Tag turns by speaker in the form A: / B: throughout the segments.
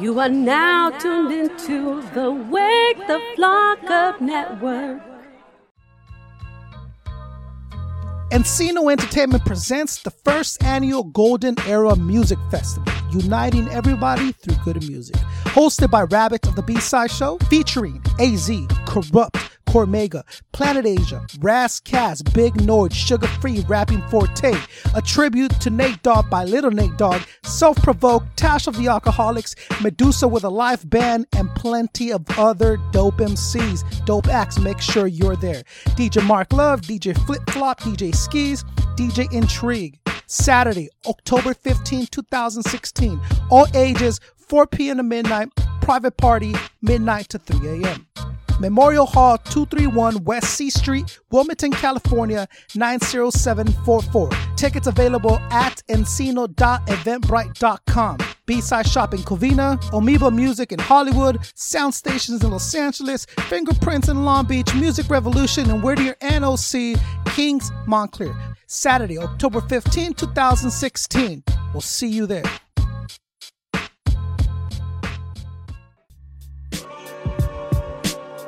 A: You are now tuned into the Wake the Flock Up Network.
B: Encino Entertainment presents the first annual Golden Era Music Festival, uniting everybody through good music. Hosted by Rabbit of the B-Side Show, featuring AZ, Corrupt, Cormega, Planet Asia, Raz Cass, Big Noid, Sugar Free, Rapping Forte, a tribute to Nate Dogg by Little Nate Dogg, Self Provoked, Tash of the Alcoholics, Medusa with a Live Band, and plenty of other dope MCs. Dope acts, make sure you're there. DJ Mark Love, DJ Flip Flop, DJ Skis, DJ Intrigue. Saturday, October 15, 2016. All ages, 4 p.m. to midnight, private party, midnight to 3 a.m. Memorial Hall, 231 West C Street, Wilmington, California, 90744. Tickets available at encino.eventbrite.com. B-Side Shop in Covina, Amoeba Music in Hollywood, Sound Stations in Los Angeles, Fingerprints in Long Beach, Music Revolution in Whittier and OC, Kings Montclair. Saturday, October 15, 2016. We'll see you there.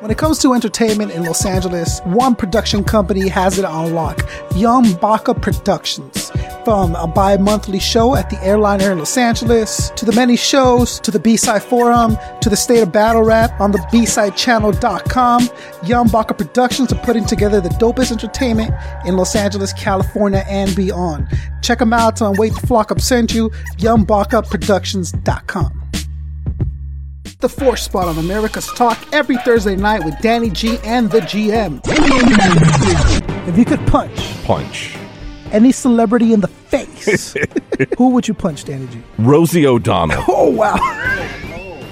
B: When it comes to entertainment in Los Angeles, one production company has it on lock Young Baka Productions. From a bi monthly show at the airliner in Los Angeles, to the many shows, to the B Side Forum, to the state of battle rap on the bsidechannel.com, Young Baka Productions are putting together the dopest entertainment in Los Angeles, California, and beyond. Check them out on Wait the Flock Up Sent You, YoungBakaProductions.com the fourth spot on America's Talk every Thursday night with Danny G and the GM. if you could punch
C: Punch.
B: any celebrity in the face, who would you punch, Danny G?
C: Rosie O'Donnell.
B: Oh wow!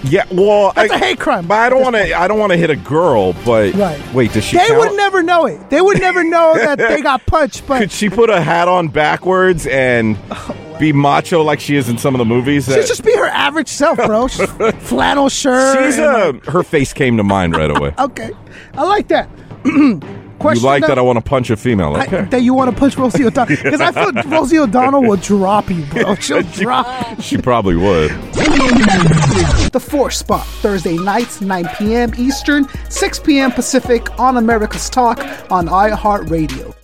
C: yeah, well,
B: That's
C: I,
B: a hate crime.
C: But I don't
B: That's
C: want to. I don't want to hit a girl. But
B: Right.
C: wait, does she?
B: They
C: count?
B: would never know it. They would never know that they got punched. But
C: Could she put a hat on backwards and be macho like she is in some of the movies?
B: she'd
C: that-
B: Oh. just be her average self, bro. She's flannel shirt.
C: she's
B: and,
C: a. Her face came to mind right away.
B: like, okay. I like that.
C: you
B: Question
C: like that? I want to punch a female.
B: I-
C: Okay.
B: that you want to punch Rosie O'Donnell because I feel Rosie O'Donnell will drop you, bro. She'll drop.
C: she probably would.
B: The fourth spot, Thursday nights, 9 p.m. Eastern, 6 p.m. Pacific on America's Talk on iHeartRadio.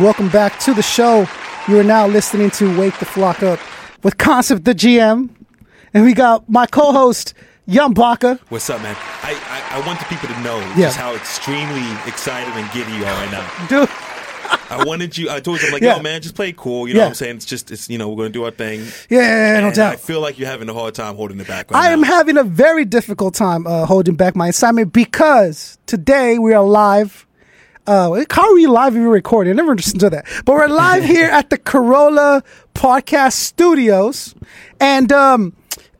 B: Welcome back to the show. You are now listening to Wake the Flock Up with Concept the GM. And we got my co host, Young Baka.
D: What's up, man? I, I, I want the people to know
B: Yeah.
D: just how extremely excited and giddy you are right now.
B: Dude,
D: I wanted you. I told you, I'm like,
B: Yeah.
D: yo, man, just play it cool. You know
B: Yeah.
D: what I'm saying? It's just, it's you know, we're gonna do our thing.
B: Yeah, yeah, yeah, no
D: And
B: doubt.
D: I feel like you're having a hard time holding it back. Right
B: I am
D: now.
B: having a very difficult time uh, holding back my assignment because today we are live. Uh, how are we live if we record? I never understood that. But we're live here at the Corolla Podcast Studios. And um,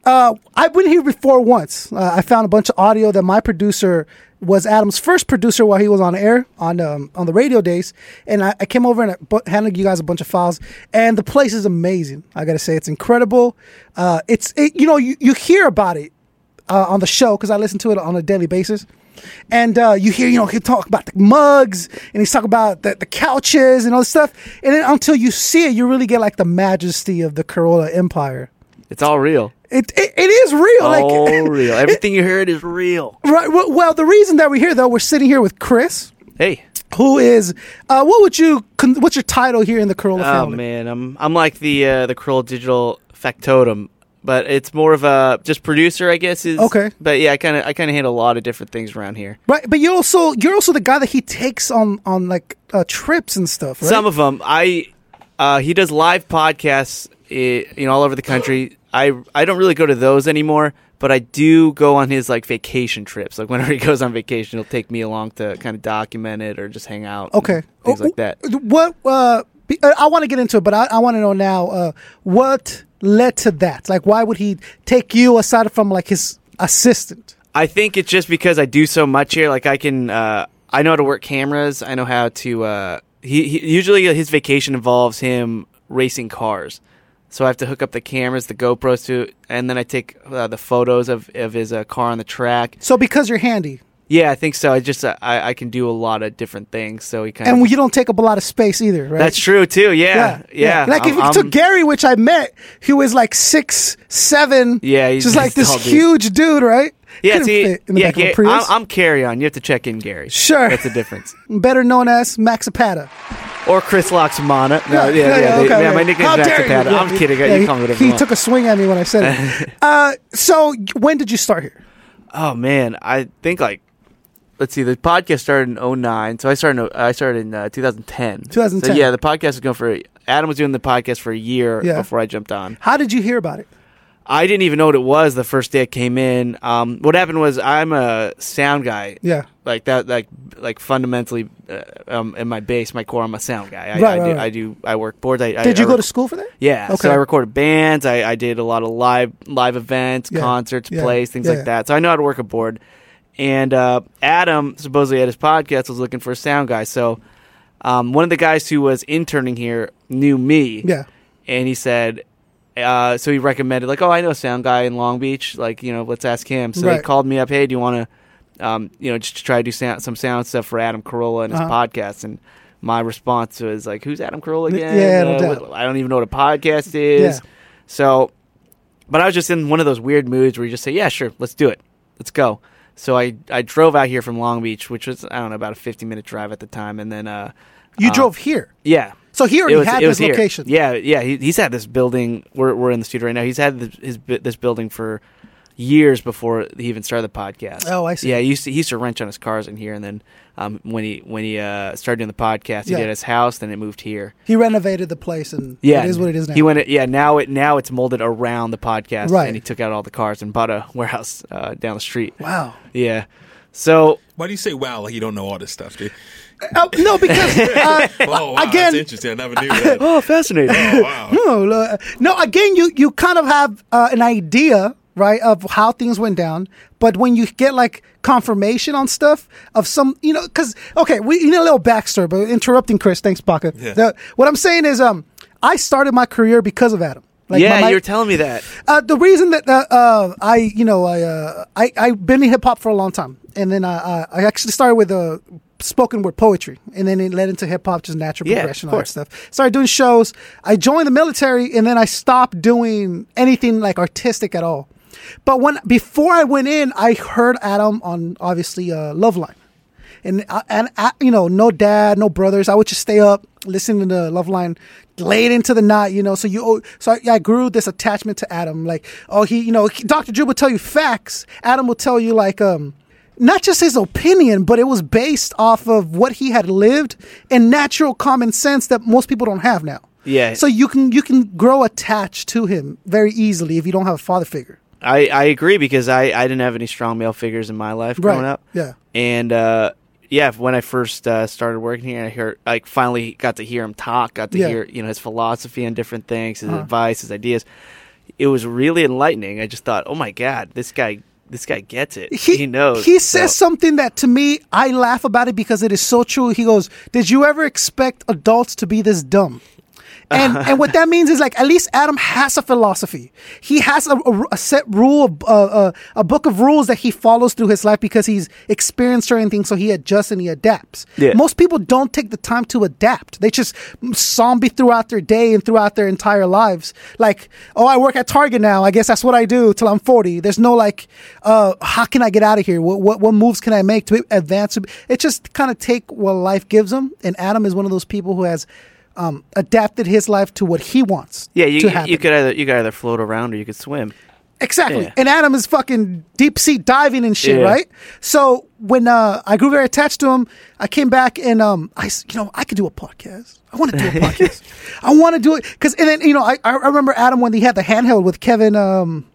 B: uh, I've been here before once. Uh, I found a bunch of audio that my producer was Adam's first producer while he was on air on um, on the radio days. And I, I came over and I bu- handed you guys a bunch of files. And the place is amazing. I got to say, it's incredible. Uh, it's, it, you know, you, you hear about it uh, on the show because I listen to it on a daily basis. And uh, you hear, you know, he talk about the mugs and he's talking about the, the couches and all this stuff. And then until you see it, you really get like the majesty of the Corolla Empire.
E: It's all real.
B: It, it, it is real.
E: all
B: like,
E: real. Everything you heard is real.
B: right. Well, well, the reason that we're here, though, we're sitting here with Chris,
E: Hey.
B: who is, uh, what would you, con- what's your title here in the Corolla
E: Oh
B: family?
E: man, I'm I'm like the uh, the Krull digital factotum, but it's more of a just producer, I guess. Is
B: Okay.
E: But yeah, I kind of I kind of handle a lot of different things around here.
B: Right. But you're also, you're also the guy that he takes on, on like uh, trips and stuff, right?
E: Some of them, I uh, he does live podcasts, eh, you know, all over the country. I I don't really go to those anymore, but I do go on his like vacation trips. Like whenever he goes on vacation, he'll take me along to kind of document it or just hang out. and
B: Okay.
E: things
B: Oh,
E: like that.
B: oh, What? Uh, be- uh, I want to get into it, but I, I want to know now uh, what led to that. Like, why would he take you aside from like his assistant.
E: I think it's just because I do so much here. Like I can, uh, I know how to work cameras. I know how to. Uh, he, he usually his vacation involves him racing cars, so I have to hook up the cameras, the GoPros to, and then I take uh, the photos of of his uh, car on the track.
B: So because you're handy
E: Yeah, I think so. I just uh, I, I can do a lot of different things. So he kind
B: and
E: of.
B: you don't take up a lot of space either, right?
E: that's true too. Yeah, yeah.
B: Like if
E: I'm-
B: you took
E: I'm-
B: Gary, which I met, who was like six, seven.
E: Yeah, he's-
B: just like
E: he's
B: this
E: tall dude.
B: huge dude, right?
E: yeah,
B: Couldn't
E: see,
B: fit in the
E: yeah,
B: back of a
E: Ga-
B: Prius.
E: I'm, I'm carry on. You have to check in, Gary.
B: Sure.
E: that's the difference.
B: better known as Maxipata.
E: Or Chris Loxamana. No, yeah, yeah, yeah. they- yeah, my nickname's
B: How dare you?
E: Maxipad.
B: Yeah,
E: I'm kidding.
B: yeah,
E: you
B: he-
E: call me whatever
B: He
E: you want.
B: took a swing at me when I said it. uh, so when did you start here?
E: Oh man, I think like let's see, the podcast started in 09, so I started in, I started in uh, 2010.
B: 2010.
E: So yeah, the podcast was going for Adam was doing the podcast for a year
B: Yeah.
E: before I jumped on.
B: How did you hear about it?
E: I didn't even know what it was the first day I came in. Um, what happened was I'm a sound guy.
B: Yeah.
E: Like that, like like fundamentally, uh, um, in my base, my core, I'm a sound guy.
B: Right,
E: I, I,
B: right,
E: do,
B: right.
E: I do, I work boards. I,
B: Did you go to school for that?
E: yeah,
B: Okay.
E: so I recorded bands. I, I did a lot of live live events,
B: Yeah.
E: concerts,
B: Yeah.
E: plays, things
B: Yeah,
E: like
B: yeah.
E: that. So I know how to work a board. And uh, Adam supposedly at his podcast was looking for a sound guy. So um, one of the guys who was interning here knew me.
B: Yeah.
E: and he said, uh, so he recommended like, oh, I know a sound guy in Long Beach. Like, you know, let's ask him. So they
B: Right.
E: called me up. Hey, do you want to, um, you know, just try to do sound, some sound stuff for Adam Carolla and
B: Uh-huh.
E: his podcast? And my response was like, who's Adam Carolla again? Uh,
B: yeah, no doubt.
E: what- I don't even know what a podcast is.
B: Yeah.
E: So, but I was just in one of those weird moods where you just say, yeah, sure, let's do it. Let's go. So I, I drove out here from Long Beach, which was, I don't know, about a 50 minute drive at the time. And then, uh,
B: You
E: uh,
B: drove here.
E: yeah.
B: So he already had
E: it
B: this
E: here.
B: location.
E: Yeah, yeah. He, he's had this building. We're, we're in the studio right now. He's had this, his, bu- this building for years before he even started the podcast.
B: Oh, I see.
E: Yeah, he used to, he used to wrench on his cars in here, and then um, when he when he uh, started doing the podcast, he
B: Yeah.
E: did his house, then it moved here.
B: He renovated the place, and
E: Yeah,
B: it is what it is now.
E: He went. Yeah, now it now it's molded around the podcast,
B: Right.
E: And he took out all the cars and bought a warehouse uh, down the street.
B: wow.
E: Yeah. So
D: Why do you say wow like you don't know all this stuff, dude?
B: Oh, no, because uh,
D: Oh, wow, that's
B: again,
D: interesting. I never knew that.
E: oh, fascinating.
D: Wow.
B: No, uh, no. Again, you you kind of have uh, an idea, right, of how things went down. But when you get like confirmation on stuff of some, you know, because okay, we you need a little backstory. But interrupting Chris, thanks, Baka. The- what I'm saying is, um, I started my career because of Adam. Like
E: yeah,
B: my- my-
E: you were telling me that.
B: uh, the reason that uh, uh, I, you know, I, uh, I, I've been in hip hop for a long time, and then I, I- I actually started with uh, spoken word poetry, and then it led into hip hop, just natural
E: Yeah,
B: progression,
E: of
B: all that
E: course.
B: stuff. Started doing shows. I joined the military, and then I stopped doing anything like artistic at all. But when before I went in, I heard Adam on obviously uh, Loveline, and I- and I, you know, no dad, no brothers. I would just stay up listening to Loveline late into the night. You know, so you oh, so I, I grew this attachment to Adam. Like, oh, he, you know, Doctor Drew will tell you facts. Adam will tell you like um. Not just his opinion, but it was based off of what he had lived and natural common sense that most people don't have now.
E: Yeah.
B: So you can you can grow attached to him very easily if you don't have a father figure.
E: I, I agree because I, I didn't have any strong male figures in my life growing
B: Right,
E: up.
B: yeah.
E: And uh, yeah, when I first uh, started working here, I heard I finally got to hear him talk, got to
B: Yeah. Uh-huh.
E: hear you know his philosophy on different things, his advice, his ideas. It was really enlightening. I just thought, oh my god, this guy this guy gets it. He, knows.
B: He
E: So-
B: says something that to me, I laugh about it because it is so true. He goes, "Did you ever expect adults to be this dumb?" And and what that means is like at least Adam has a philosophy. He has a, a- a set rule, a, a, a book of rules that he follows through his life because he's experienced certain things, so he adjusts and he adapts.
E: Yeah.
B: Most people don't take the time to adapt. They just zombie throughout their day and throughout their entire lives. Like, oh, I work at Target now. I guess that's what I do till I'm 40. There's no like, uh, how can I get out of here? What, what, what moves can I make to advance? It just kind of take what life gives them. And Adam is one of those people who has um, adapted his life to what he wants
E: Yeah,
B: to
E: you,
B: happen.
E: you could either you could either float around or you could swim.
B: Exactly.
E: Yeah.
B: And Adam is fucking deep sea diving and shit,
E: Yeah.
B: right? So when uh, I grew very attached to him, I came back and um, I, s- you know, I could do a podcast. I want to do a podcast. I want to do it because, and then you know, I, I remember Adam when he had the handheld with Kevin. Um,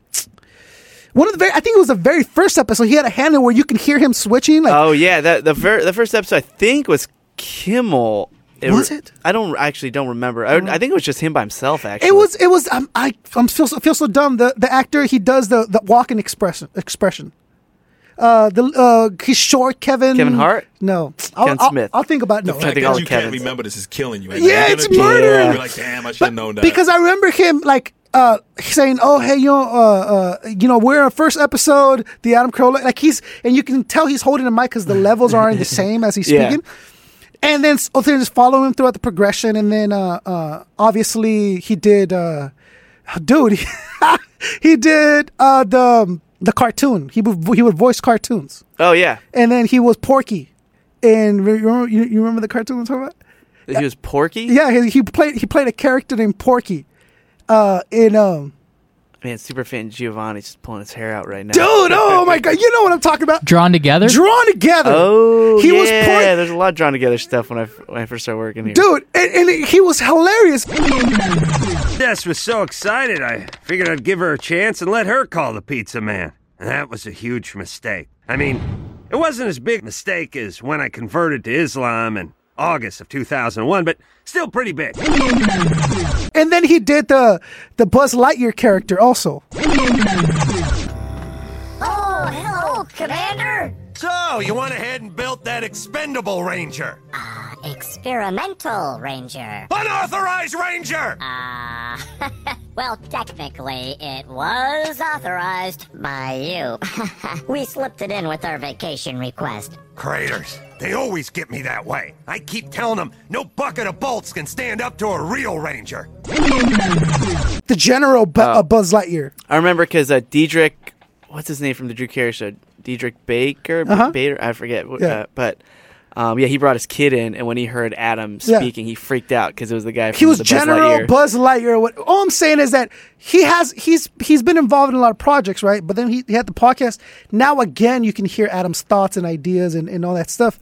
B: one of the very, I think it was the very first episode. He had a handheld where you can hear him switching. Like,
E: Oh yeah, that the ver- the first episode I think was Kimmel.
B: Was it? Uh-huh.
E: I don't I actually don't remember. I, I think it was just him by himself. Actually,
B: It was. It was. Um, I. I'm feel. So, feel so dumb. The the actor he does the the walking expression expression. Uh, the uh, he's short. Kevin.
E: Kevin Hart?
B: No. I'll,
E: Ken
B: I'll-
E: Smith.
B: I'll, think about it. No.
D: The fact
E: think all
D: that you
E: the
D: can't
E: Kevins-
D: remember this is killing you.
B: Yeah,
D: You're
B: it's
D: gonna be-
B: murder.
D: You're like, damn, I should have known that.
B: Because I remember him like uh saying, "Oh hey, you know, uh, uh, you know, we're in first episode, the Adam Carolla." Like he's and you can tell he's holding a mic because the levels aren't the same as he's
E: Yeah.
B: speaking. And then so they just follow him throughout the progression, and then uh, uh, obviously he did, uh, dude, he, did uh, the the cartoon. He would he would voice cartoons,
E: Oh yeah,
B: and then he was Porky. And re- you remember, you, you remember the cartoon I'm talking about?
E: he was Porky.
B: Yeah, he, he played he played a character named Porky. Uh, in um,
E: man, super fan Giovanni's just pulling his hair out right now.
B: dude, oh my god, you know what I'm talking about?
F: Drawn together.
B: Drawn together.
E: Oh,
B: he
E: yeah.
B: was Porky,
E: There's a lot of drawn together stuff when I f- when I first started working here.
B: dude, and, and he was hilarious.
G: Des was so excited, I figured I'd give her a chance and let her call the pizza man. And that was a huge mistake. I mean, it wasn't as big a mistake as when I converted to Islam in August of 2001, but still pretty big.
B: And then he did the the Buzz Lightyear character also.
H: Oh, hello, Commander!
G: So, you went ahead and built that expendable ranger.
H: Experimental Ranger. Uh,
G: Unauthorized ranger!
H: Well, technically, it was authorized by you. we slipped it in with our vacation request.
G: Craters. They always get me that way. I keep telling them no bucket of bolts can stand up to a real ranger.
B: The general Bu-
E: Oh.
B: uh, Buzz Lightyear.
E: I remember because uh, Diedrich, what's his name from the Drew Carey show? Diedrich Baker, Bader, I forget. wh-
B: Uh-huh. Yeah.
E: Uh, but um, yeah, he brought his kid in, and when he heard Adam
B: Yeah.
E: speaking, he freaked out because it was the guy. From
B: He was
E: the Buzz
B: General
E: Lightyear.
B: Buzz Lightyear. What all I'm saying is that he has he's he's been involved in a lot of projects, right? But then he, he had the podcast. Now again, you can hear Adam's thoughts and ideas and, and all that stuff.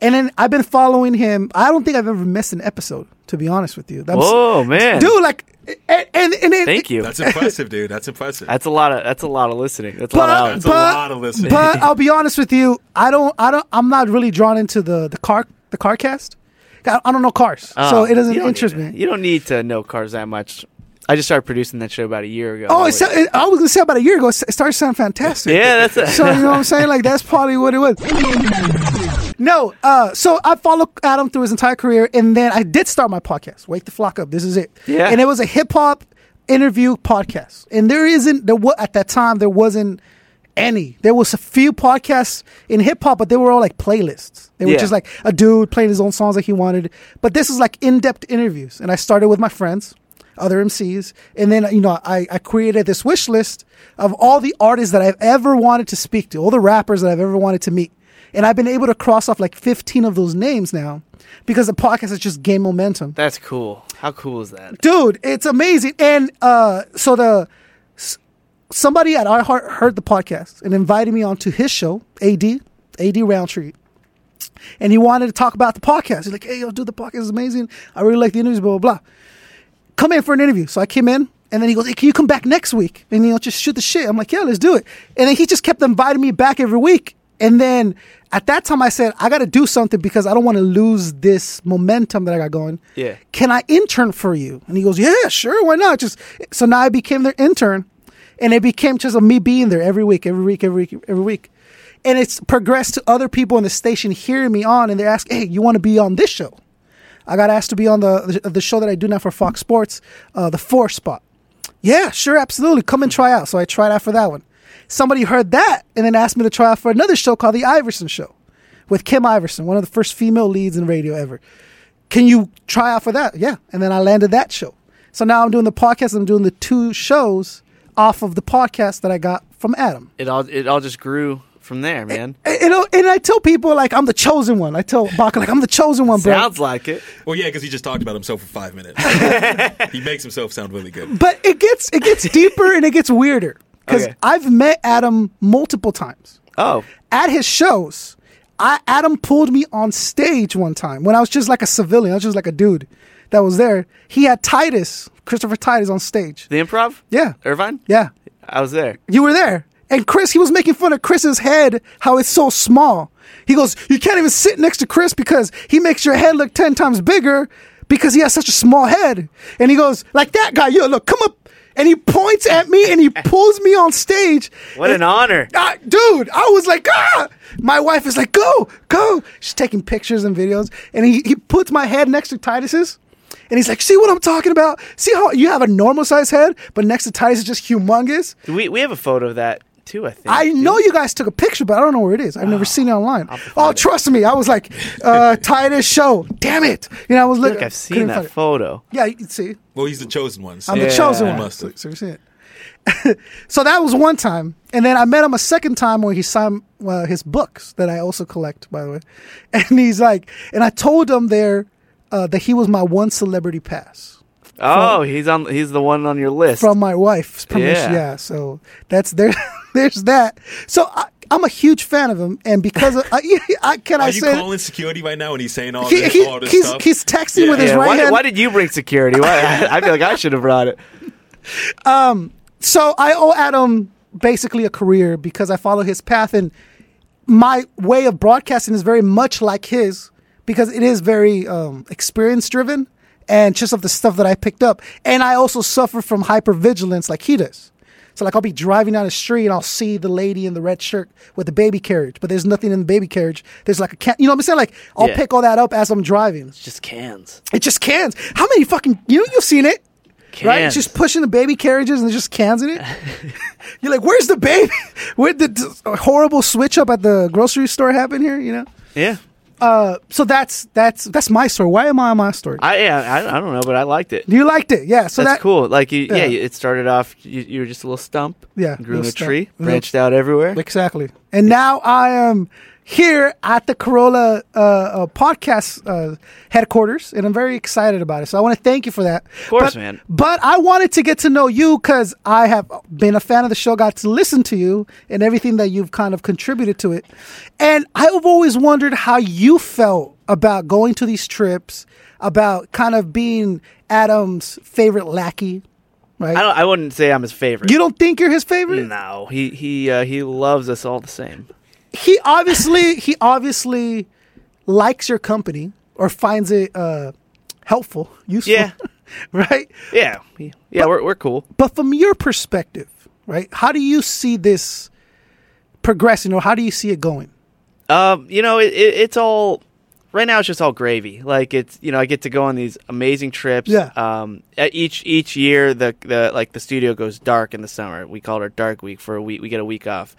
B: And then I've been following him. I don't think I've ever missed an episode, to be honest with you. That's-
E: Whoa, man.
B: dude! Like, and and, and it-
E: Thank you.
D: That's impressive, dude. That's impressive.
E: That's a lot of that's a lot of listening. That's a lot of
B: But,
E: hours.
D: That's a lot of
B: but,
D: listening.
B: but I'll be honest with you. I don't. I don't. I'm not really drawn into the the car the car cast. I, I don't know cars, so
E: Oh,
B: it doesn't
E: you don't
B: interest
E: need to-
B: me.
E: You don't need to know cars that much. I just started producing that show about a year ago.
B: Oh,
E: That
B: it,
E: was-
B: sa- it, I was gonna say about a year ago. It s- it started to sound fantastic.
E: yeah, that's a,
B: So you know what I'm saying? Like that's probably what it was. No, uh, so I followed Adam through his entire career, and then I did start my podcast, Wake the Flock Up. This is it.
E: Yeah.
B: and it was a hip hop interview podcast, and there isn't there wa- at that time there wasn't any. There was a few podcasts in hip hop, but they were all like playlists. They were
E: Yeah.
B: just like a dude playing his own songs like he wanted. But this is like in depth interviews, and I started with my friends, other MCs, and then you know I, I created this wish list of all the artists that I've ever wanted to speak to, all the rappers that I've ever wanted to meet, and I've been able to cross off like fifteen of those names now because the podcast has just gained momentum
E: that's cool. How cool is that?
B: dude it's amazing and uh so the s- somebody at our heart heard the podcast and invited me onto his show ad ad roundtree and he wanted to talk about the podcast he's like hey yo dude the podcast is amazing i really like the interviews blah blah blah come in for an interview so i came in and then he goes, hey, can you come back next week? And you know, just shoot the shit. I'm like, yeah, let's do it. And then he just kept inviting me back every week. And then at that time, I said, I got to do something because I don't want to lose this momentum that I got going
E: Yeah.
B: can I intern for you? And he goes, yeah, sure, why not? Just so now I became their intern, and it became just of me being there every week, every week, every week, every week, and it's progressed to other people in the station hearing me on, and they're asking, hey, you want to be on this show? I got asked to be on the the show that I do now for Fox Sports, uh, the Four Spot. Yeah, sure, absolutely. Come and try out. So I tried out for that one. Somebody heard that and then asked me to try out for another show called The Iverson Show with Kim Iverson, one of the first female leads in radio ever. Can you try out for that? Yeah. And then I landed that show. So now I'm doing the podcast. I'm doing the two shows off of the podcast that I got from Adam.
E: It all it all just grew from there, man.
B: And, and, I- and I tell people, like, I'm the chosen one. I tell Baka, like, I'm the chosen one, bro.
E: Sounds like it.
D: well, yeah, because he just talked about himself for five minutes. he makes himself sound really good.
B: but it gets it gets deeper and it gets weirder because
E: Okay.
B: I've met Adam multiple times
E: Oh,
B: at his shows. I Adam pulled me on stage one time when I was just like a civilian. I was just like a dude that was there. He had Titus, Christopher Titus, on stage.
E: the improv.
B: Yeah.
E: Irvine.
B: Yeah,
E: I was there.
B: you were there. And Chris, he was making fun of Chris's head, how it's so small. He goes, You can't even sit next to Chris because he makes your head look 10 times bigger because he has such a small head. And he goes, Like that guy, yo, look, come up. And he points at me and he pulls me on stage.
E: What an
B: And-
E: honor.
B: Ah, dude, I was like, ah! My wife is like, go, go. She's taking pictures and videos. And he, he puts my head next to Titus's. And he's like, see what I'm talking about? See how you have a normal size head, but next to Titus is just humongous?
E: We, we have a photo of that too, I think.
B: I know you guys took a picture, but I don't know where it is. I've
E: Ah,
B: never seen it online. Oh, trust me. I was like, uh, Titus show. Damn it. You know, I was
E: I
B: looking.
E: think I've seen that photo.
B: Yeah, you can see.
D: Well, he's the chosen one. so-
B: I'm the
E: Yeah.
B: chosen
D: I
B: one.
D: must
B: so,
D: have.
B: so you see it. So that was one time, and then I met him a second time where he signed uh, his books that I also collect, by the way. And he's like, and I told him there uh, that he was my one celebrity pass
E: Oh, he's on. He's the one on your list.
B: from my wife's permission. Yeah,
E: Yeah.
B: so that's there. there's that. So I, I'm a huge fan of him, and because of, I, I can I
D: Are you
B: say.
D: calling security right now and he's saying all
B: He,
D: this,
B: he,
D: all this
B: he's,
D: stuff?
B: he's texting with his
E: Yeah,
B: right
E: why,
B: hand.
E: why did you bring security? Why, I, I feel like I should have brought it.
B: so I owe Adam basically a career because I follow his path and my way of broadcasting is very much like his because it is very um, experience driven and just of the stuff that I picked up. And I also suffer from hypervigilance like he does. So like I'll be driving down the street and I'll see the lady in the red shirt with the baby carriage, but there's nothing in the baby carriage. There's like a can, you know what I'm saying? Like I'll
E: Yeah.
B: pick all that up as I'm driving.
E: Just cans.
B: It just cans. How many fucking you know you've seen it? Right? It's
E: Cans.
B: just pushing the baby carriages and they're just cans in it. You're like, where's the baby? Where did this horrible switch up at the grocery store happen here? You know?
E: Yeah.
B: So that's that's that's my story. Why am I on my story?
E: I yeah. I, I don't know, but I liked it.
B: you liked it, yeah. So
E: That's
B: that,
E: cool. Like you,
B: yeah.
E: yeah. you- It started off. You, you were just a little stump.
B: Yeah,
E: Grew in
B: little
E: a
B: stump.
E: tree.
B: Little-
E: Branched out everywhere.
B: Exactly. And now I am here at the Corolla uh, uh, podcast uh, headquarters, and I'm very excited about it. So I want to thank you for that. Of
E: course,
B: but,
E: man.
B: But I wanted to get to know you because I have been a fan of the show, got to listen to you and everything that you've kind of contributed to it. And I've always wondered how you felt about going to these trips, about kind of being Adam's favorite lackey, right?
E: I don't. I wouldn't say I'm his favorite.
B: you don't think you're his favorite?
E: No. He he uh, he loves us all the same.
B: he obviously he obviously likes your company or finds it uh, helpful, useful,
E: Yeah.
B: right?
E: Yeah. He- yeah. we're we're cool.
B: But from your perspective, right? How do you see this progressing, or how do you see it going?
E: Um, you know, it, it, it's all right now. It's just all gravy. Like it's you know, I get to go on these amazing trips.
B: Yeah.
E: Um, at each each year, the the like the studio goes dark in the summer. We call it our dark week for a week. We get a week off.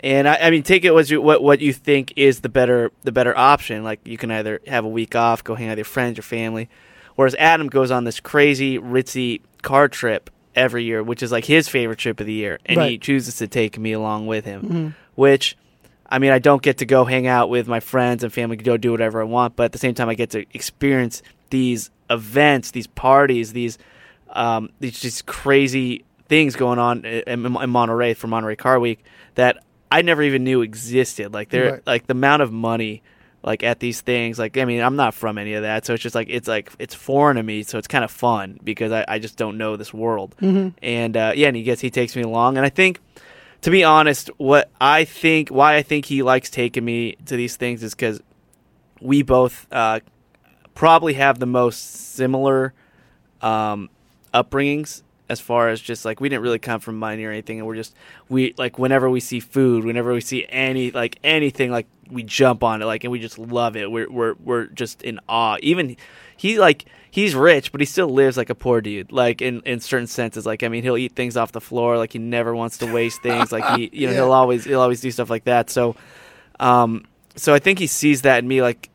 E: And I, I mean, take it what you what, what you think is the better the better option. Like you can either have a week off, go hang out with your friends, your family, whereas Adam goes on this crazy ritzy car trip every year, which is like his favorite trip of the year, and he
B: Right. Mm-hmm.
E: chooses to take me along with him, which I mean, I don't get to go hang out with my friends and family, go do whatever I want, but at the same time, I get to experience these events, these parties, these um, these just crazy things going on in, in Monterey for Monterey Car Week that I never even knew existed. Like there,
B: Right.
E: like the amount of money like at these things like i mean i'm not from any of that so it's just like it's like it's foreign to me so it's kind of fun because i, I just don't know this world and uh, yeah and he gets he takes me along and i think to be honest what i think why i think he likes taking me to these things is because we both uh, probably have the most similar um, upbringings as far as just like we didn't really come from money or anything and we're just we like whenever we see food whenever we see any like anything like we jump on it like and we just love it we're we're, we're just in awe even he like he's rich but he still lives like a poor dude like in in certain senses like i mean he'll eat things off the floor like he never wants to waste things like he you know he'll always he'll always do stuff like that so um, so I think he sees that in me, like,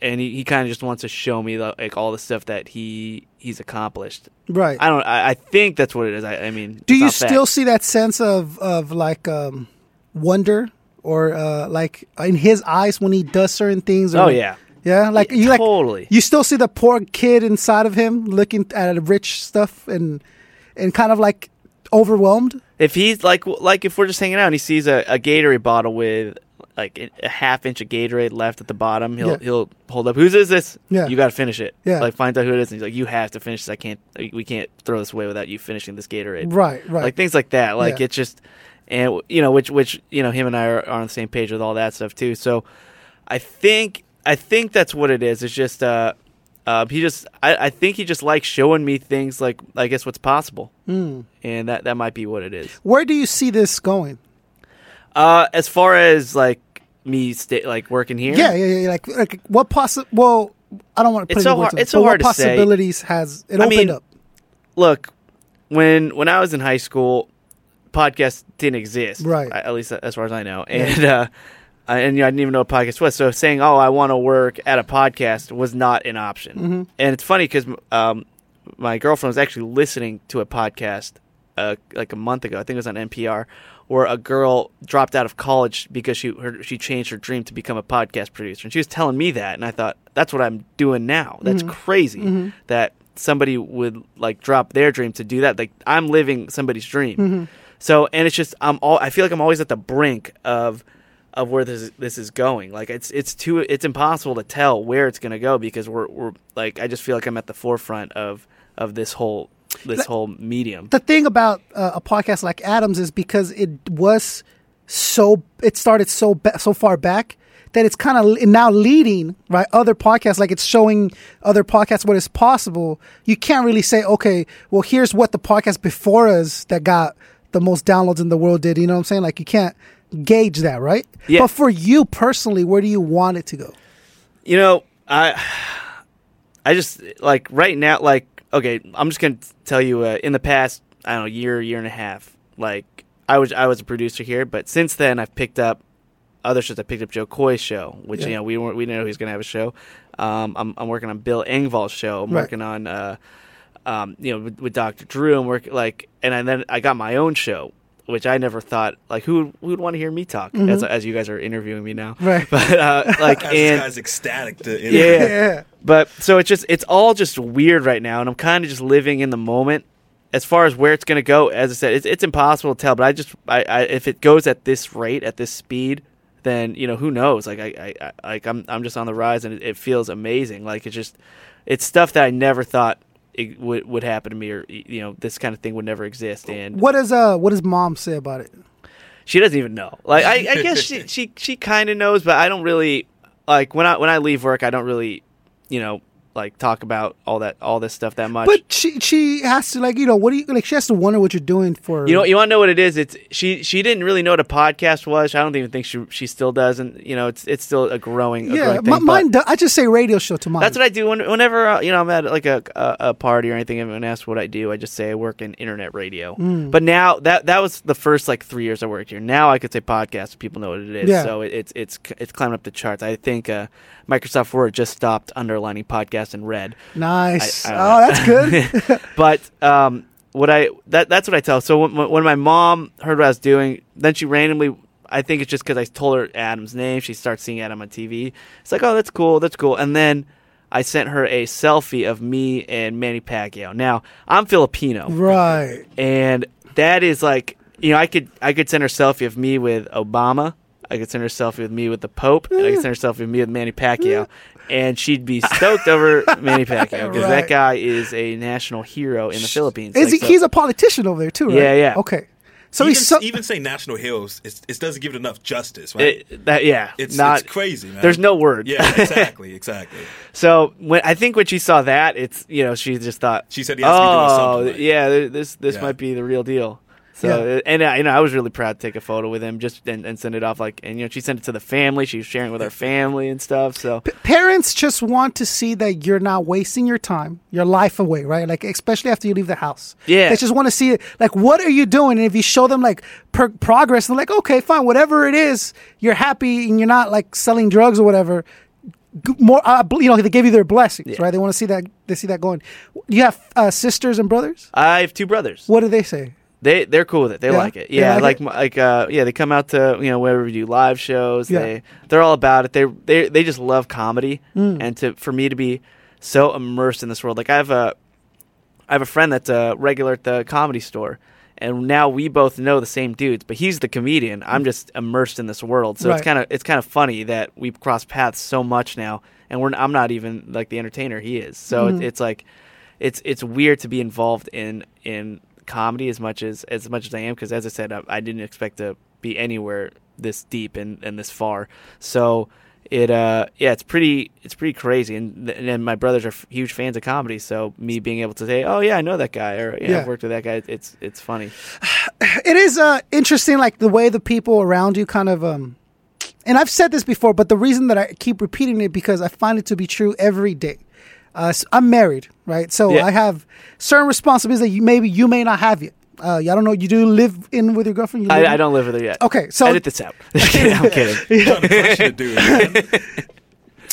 E: and he, he kind of just wants to show me like all the stuff that he he's accomplished.
B: Right.
E: I don't. I, I think that's what it is. I, I mean,
B: do
E: it's
B: you
E: not fact.
B: still see that sense of of like um, wonder, or uh, like in his eyes when he does certain things? Or
E: Oh, yeah.
B: Yeah, like you like
E: Totally.
B: You still see the poor kid inside of him looking at rich stuff and and kind of like overwhelmed.
E: if he's like like if we're just hanging out and he sees a, a Gatorade bottle with like a half inch of Gatorade left at the bottom, he'll
B: Yeah.
E: he'll hold up. Whose is this?
B: Yeah.
E: you got to finish it.
B: Yeah.
E: like finds out who it is, and he's like, you have to finish this. I can't. We can't throw this away without you finishing this Gatorade.
B: Right, right.
E: Like things like that. Like
B: Yeah.
E: it's just and you know which which you know him and I are, are on the same page with all that stuff too. So I think I think that's what it is. It's just uh, uh he just I, I think he just likes showing me things like I guess what's possible,
B: Hmm.
E: mm. and that that might be what it is.
B: Where do you see this going?
E: Uh, as far as like me stay like working here,
B: Yeah, yeah, yeah. Like, like what possi Well, I don't want to put
E: It's
B: any
E: so
B: words
E: hard-
B: in it,
E: it's so
B: but
E: hard
B: What
E: to say.
B: possibilities has it
E: I
B: opened
E: mean-
B: up?
E: look when when I was in high school, podcasts didn't exist,
B: Right.
E: a- At least as far as I know, and uh, I- and you know, I didn't even know what a podcast was. So saying, "Oh, I want to work at a podcast," was not an option. And it's funny because um, my girlfriend was actually listening to a podcast uh, like a month ago. I think it was on NPR. Where a girl dropped out of college because she her, she changed her dream to become a podcast producer, and she was telling me that, and I thought that's what I'm doing now. That's crazy that somebody would like drop their dream to do that. Like I'm living somebody's dream. So and it's just I'm all I feel like I'm always at the brink of of where this this is going. Like it's it's too it's impossible to tell where it's going to go because we're we're like I just feel like I'm at the forefront of of this whole this whole medium.
B: the thing about uh, a podcast like Adams is because it was so it started so ba- so far back that it's kind of now leading right other podcasts like it's showing other podcasts what is possible. You can't really say okay, well here's what the podcast before us that got the most downloads in the world did. You know what I'm saying? Like you can't gauge that, right?
E: Yeah.
B: But for you personally, where do you want it to go?
E: You know, I I just like right now like okay, I'm just going to tell you uh, in the past, I don't know, year, year and a half, like I was I was a producer here, but since then I've picked up other shows. I picked up Joe Coy's show, which you know we weren't, we didn't know he was going to have a show. Um, I'm I'm working on Bill Engvall's show. I'm
B: Right.
E: working on uh, um, you know with, with Dr. Drew. I'm working like and I, then I got my own show, which I never thought like who who would want to hear me talk as as you guys are interviewing me now,
B: Mm-hmm. Right.
E: But uh, like
D: Guys,
E: and
D: this guy's ecstatic to interview.
E: yeah. But so it's just it's all just weird right now, and I'm kind of just living in the moment. As far as where it's going to go, as I said, it's, it's impossible to tell. But I just, I, I, if it goes at this rate, at this speed, then you know who knows? Like I, I, I like I'm, I'm just on the rise, and it, it feels amazing. Like it's just, it's stuff that I never thought it would would happen to me, or you know, this kind of thing would never exist. And
B: What does uh what does mom say about it?
E: she doesn't even know. Like I, I guess she she she kind of knows, but I don't really like when I when I leave work, I don't really, you know, like talk about all that all this stuff that much.
B: But she she has to like you know what do you like she has to wonder what you're doing for
E: you know, you want to know what it is? It's she she didn't really know what a podcast was. I don't even think she she still does, and you know, it's it's still a growing. a
B: yeah,
E: growing
B: mi-
E: thing,
B: mine.
E: but-
B: do- I just say radio show to mine.
E: That's what I do when, whenever uh, you know I'm at like a, a a party or anything. Everyone asks what I do. I just say I work in internet radio. But now that that was the first like three years I worked here. Now I could say podcast. People know what it is.
B: Yeah.
E: So it, it's it's c- it's climbing up the charts. I think uh, Microsoft Word just stopped underlining podcast in red.
B: Nice.
E: I-
B: oh,
E: I
B: that's good.
E: But um, what I that that's what I tell. So when, when my mom heard what I was doing, then she randomly. I think it's just because I told her Adam's name. She starts seeing Adam on TV. It's like, oh, that's cool, that's cool. And then I sent her a selfie of me and Manny Pacquiao. Now I'm Filipino,
B: right.
E: and that is like you know I could I could send her selfie of me with Obama. I could send her selfie with me with the Pope, and I could send her selfie with me with Manny Pacquiao, and she'd be stoked over Manny Pacquiao because
B: Right.
E: that guy is a national hero in the Philippines.
B: Is
E: Like,
B: he,
E: so-
B: he's a politician over there too, right?
E: Yeah, yeah.
B: Okay. So
D: even,
B: he's so,
D: even saying National Hills, it's, it doesn't give it enough justice, right?
E: it, that yeah,
D: it's,
E: not
D: it's crazy, man.
E: There's no word.
D: Yeah, exactly, exactly.
E: So when I think when she saw that, it's you know she just thought
D: She said he has to be doing
E: oh
D: something right."
E: yeah, th- this this
D: Yeah.
E: might be the real deal. So
B: Yeah.
E: uh, and uh, you know I was really proud to take a photo with him just and, and send it off like and you know she sent it to the family. She was sharing it with her family and stuff. So
B: parents just want to see that you're not wasting your time, your life away, right? Like especially after you leave the house.
E: Yeah.
B: They just want to see it. Like, what are you doing? And if you show them like pro- progress, they're like, okay, fine, whatever it is, you're happy and you're not like selling drugs or whatever. G- More, uh, bl- you know, they gave you their blessings, right? They want to see that. They see that going. You have uh, sisters and brothers.
E: I have two brothers.
B: What do they say?
E: They they're cool with it. They
B: Yeah?
E: like it.
B: They
E: Yeah,
B: like
E: like
B: it?
E: like, uh yeah, they come out to you know wherever we do live shows.
B: Yeah.
E: They they're all about it. They they they just love comedy
B: Mm.
E: and to for me to be so immersed in this world. Like I have a I have a friend that's a regular at the comedy store. And now we both know the same dudes, but he's the comedian. I'm just immersed in this world, so
B: Mm. Right.
E: it's kind of uh, it's kind of funny that we cross paths so much now, and we're I'm not even
B: Mm-hmm.
E: like the entertainer he is. So it, it's like, it's it's weird to be involved in in comedy as much as as much as I am because as I said, I, I didn't expect to be anywhere this deep and and this far. So it uh yeah it's pretty it's pretty crazy and th- and then my brothers are f- huge fans of comedy so me being able to say oh yeah i know that guy or yeah,
B: Yeah.
E: i've worked with that guy it's it's funny
B: it is uh, interesting, like the way the people around you kind of. Um, and I've said this before, but the reason that I keep repeating it because I find it to be true every day. Uh, s- I'm married, right? So
E: Yeah.
B: I have certain responsibilities that you, maybe you may not have yet. Uh, I don't know. You do live in with your girlfriend. You
E: I,
B: live
E: I
B: in-
E: don't live with her yet
B: Okay, so-
E: edit this out i'm kidding
D: Shit, dude, man.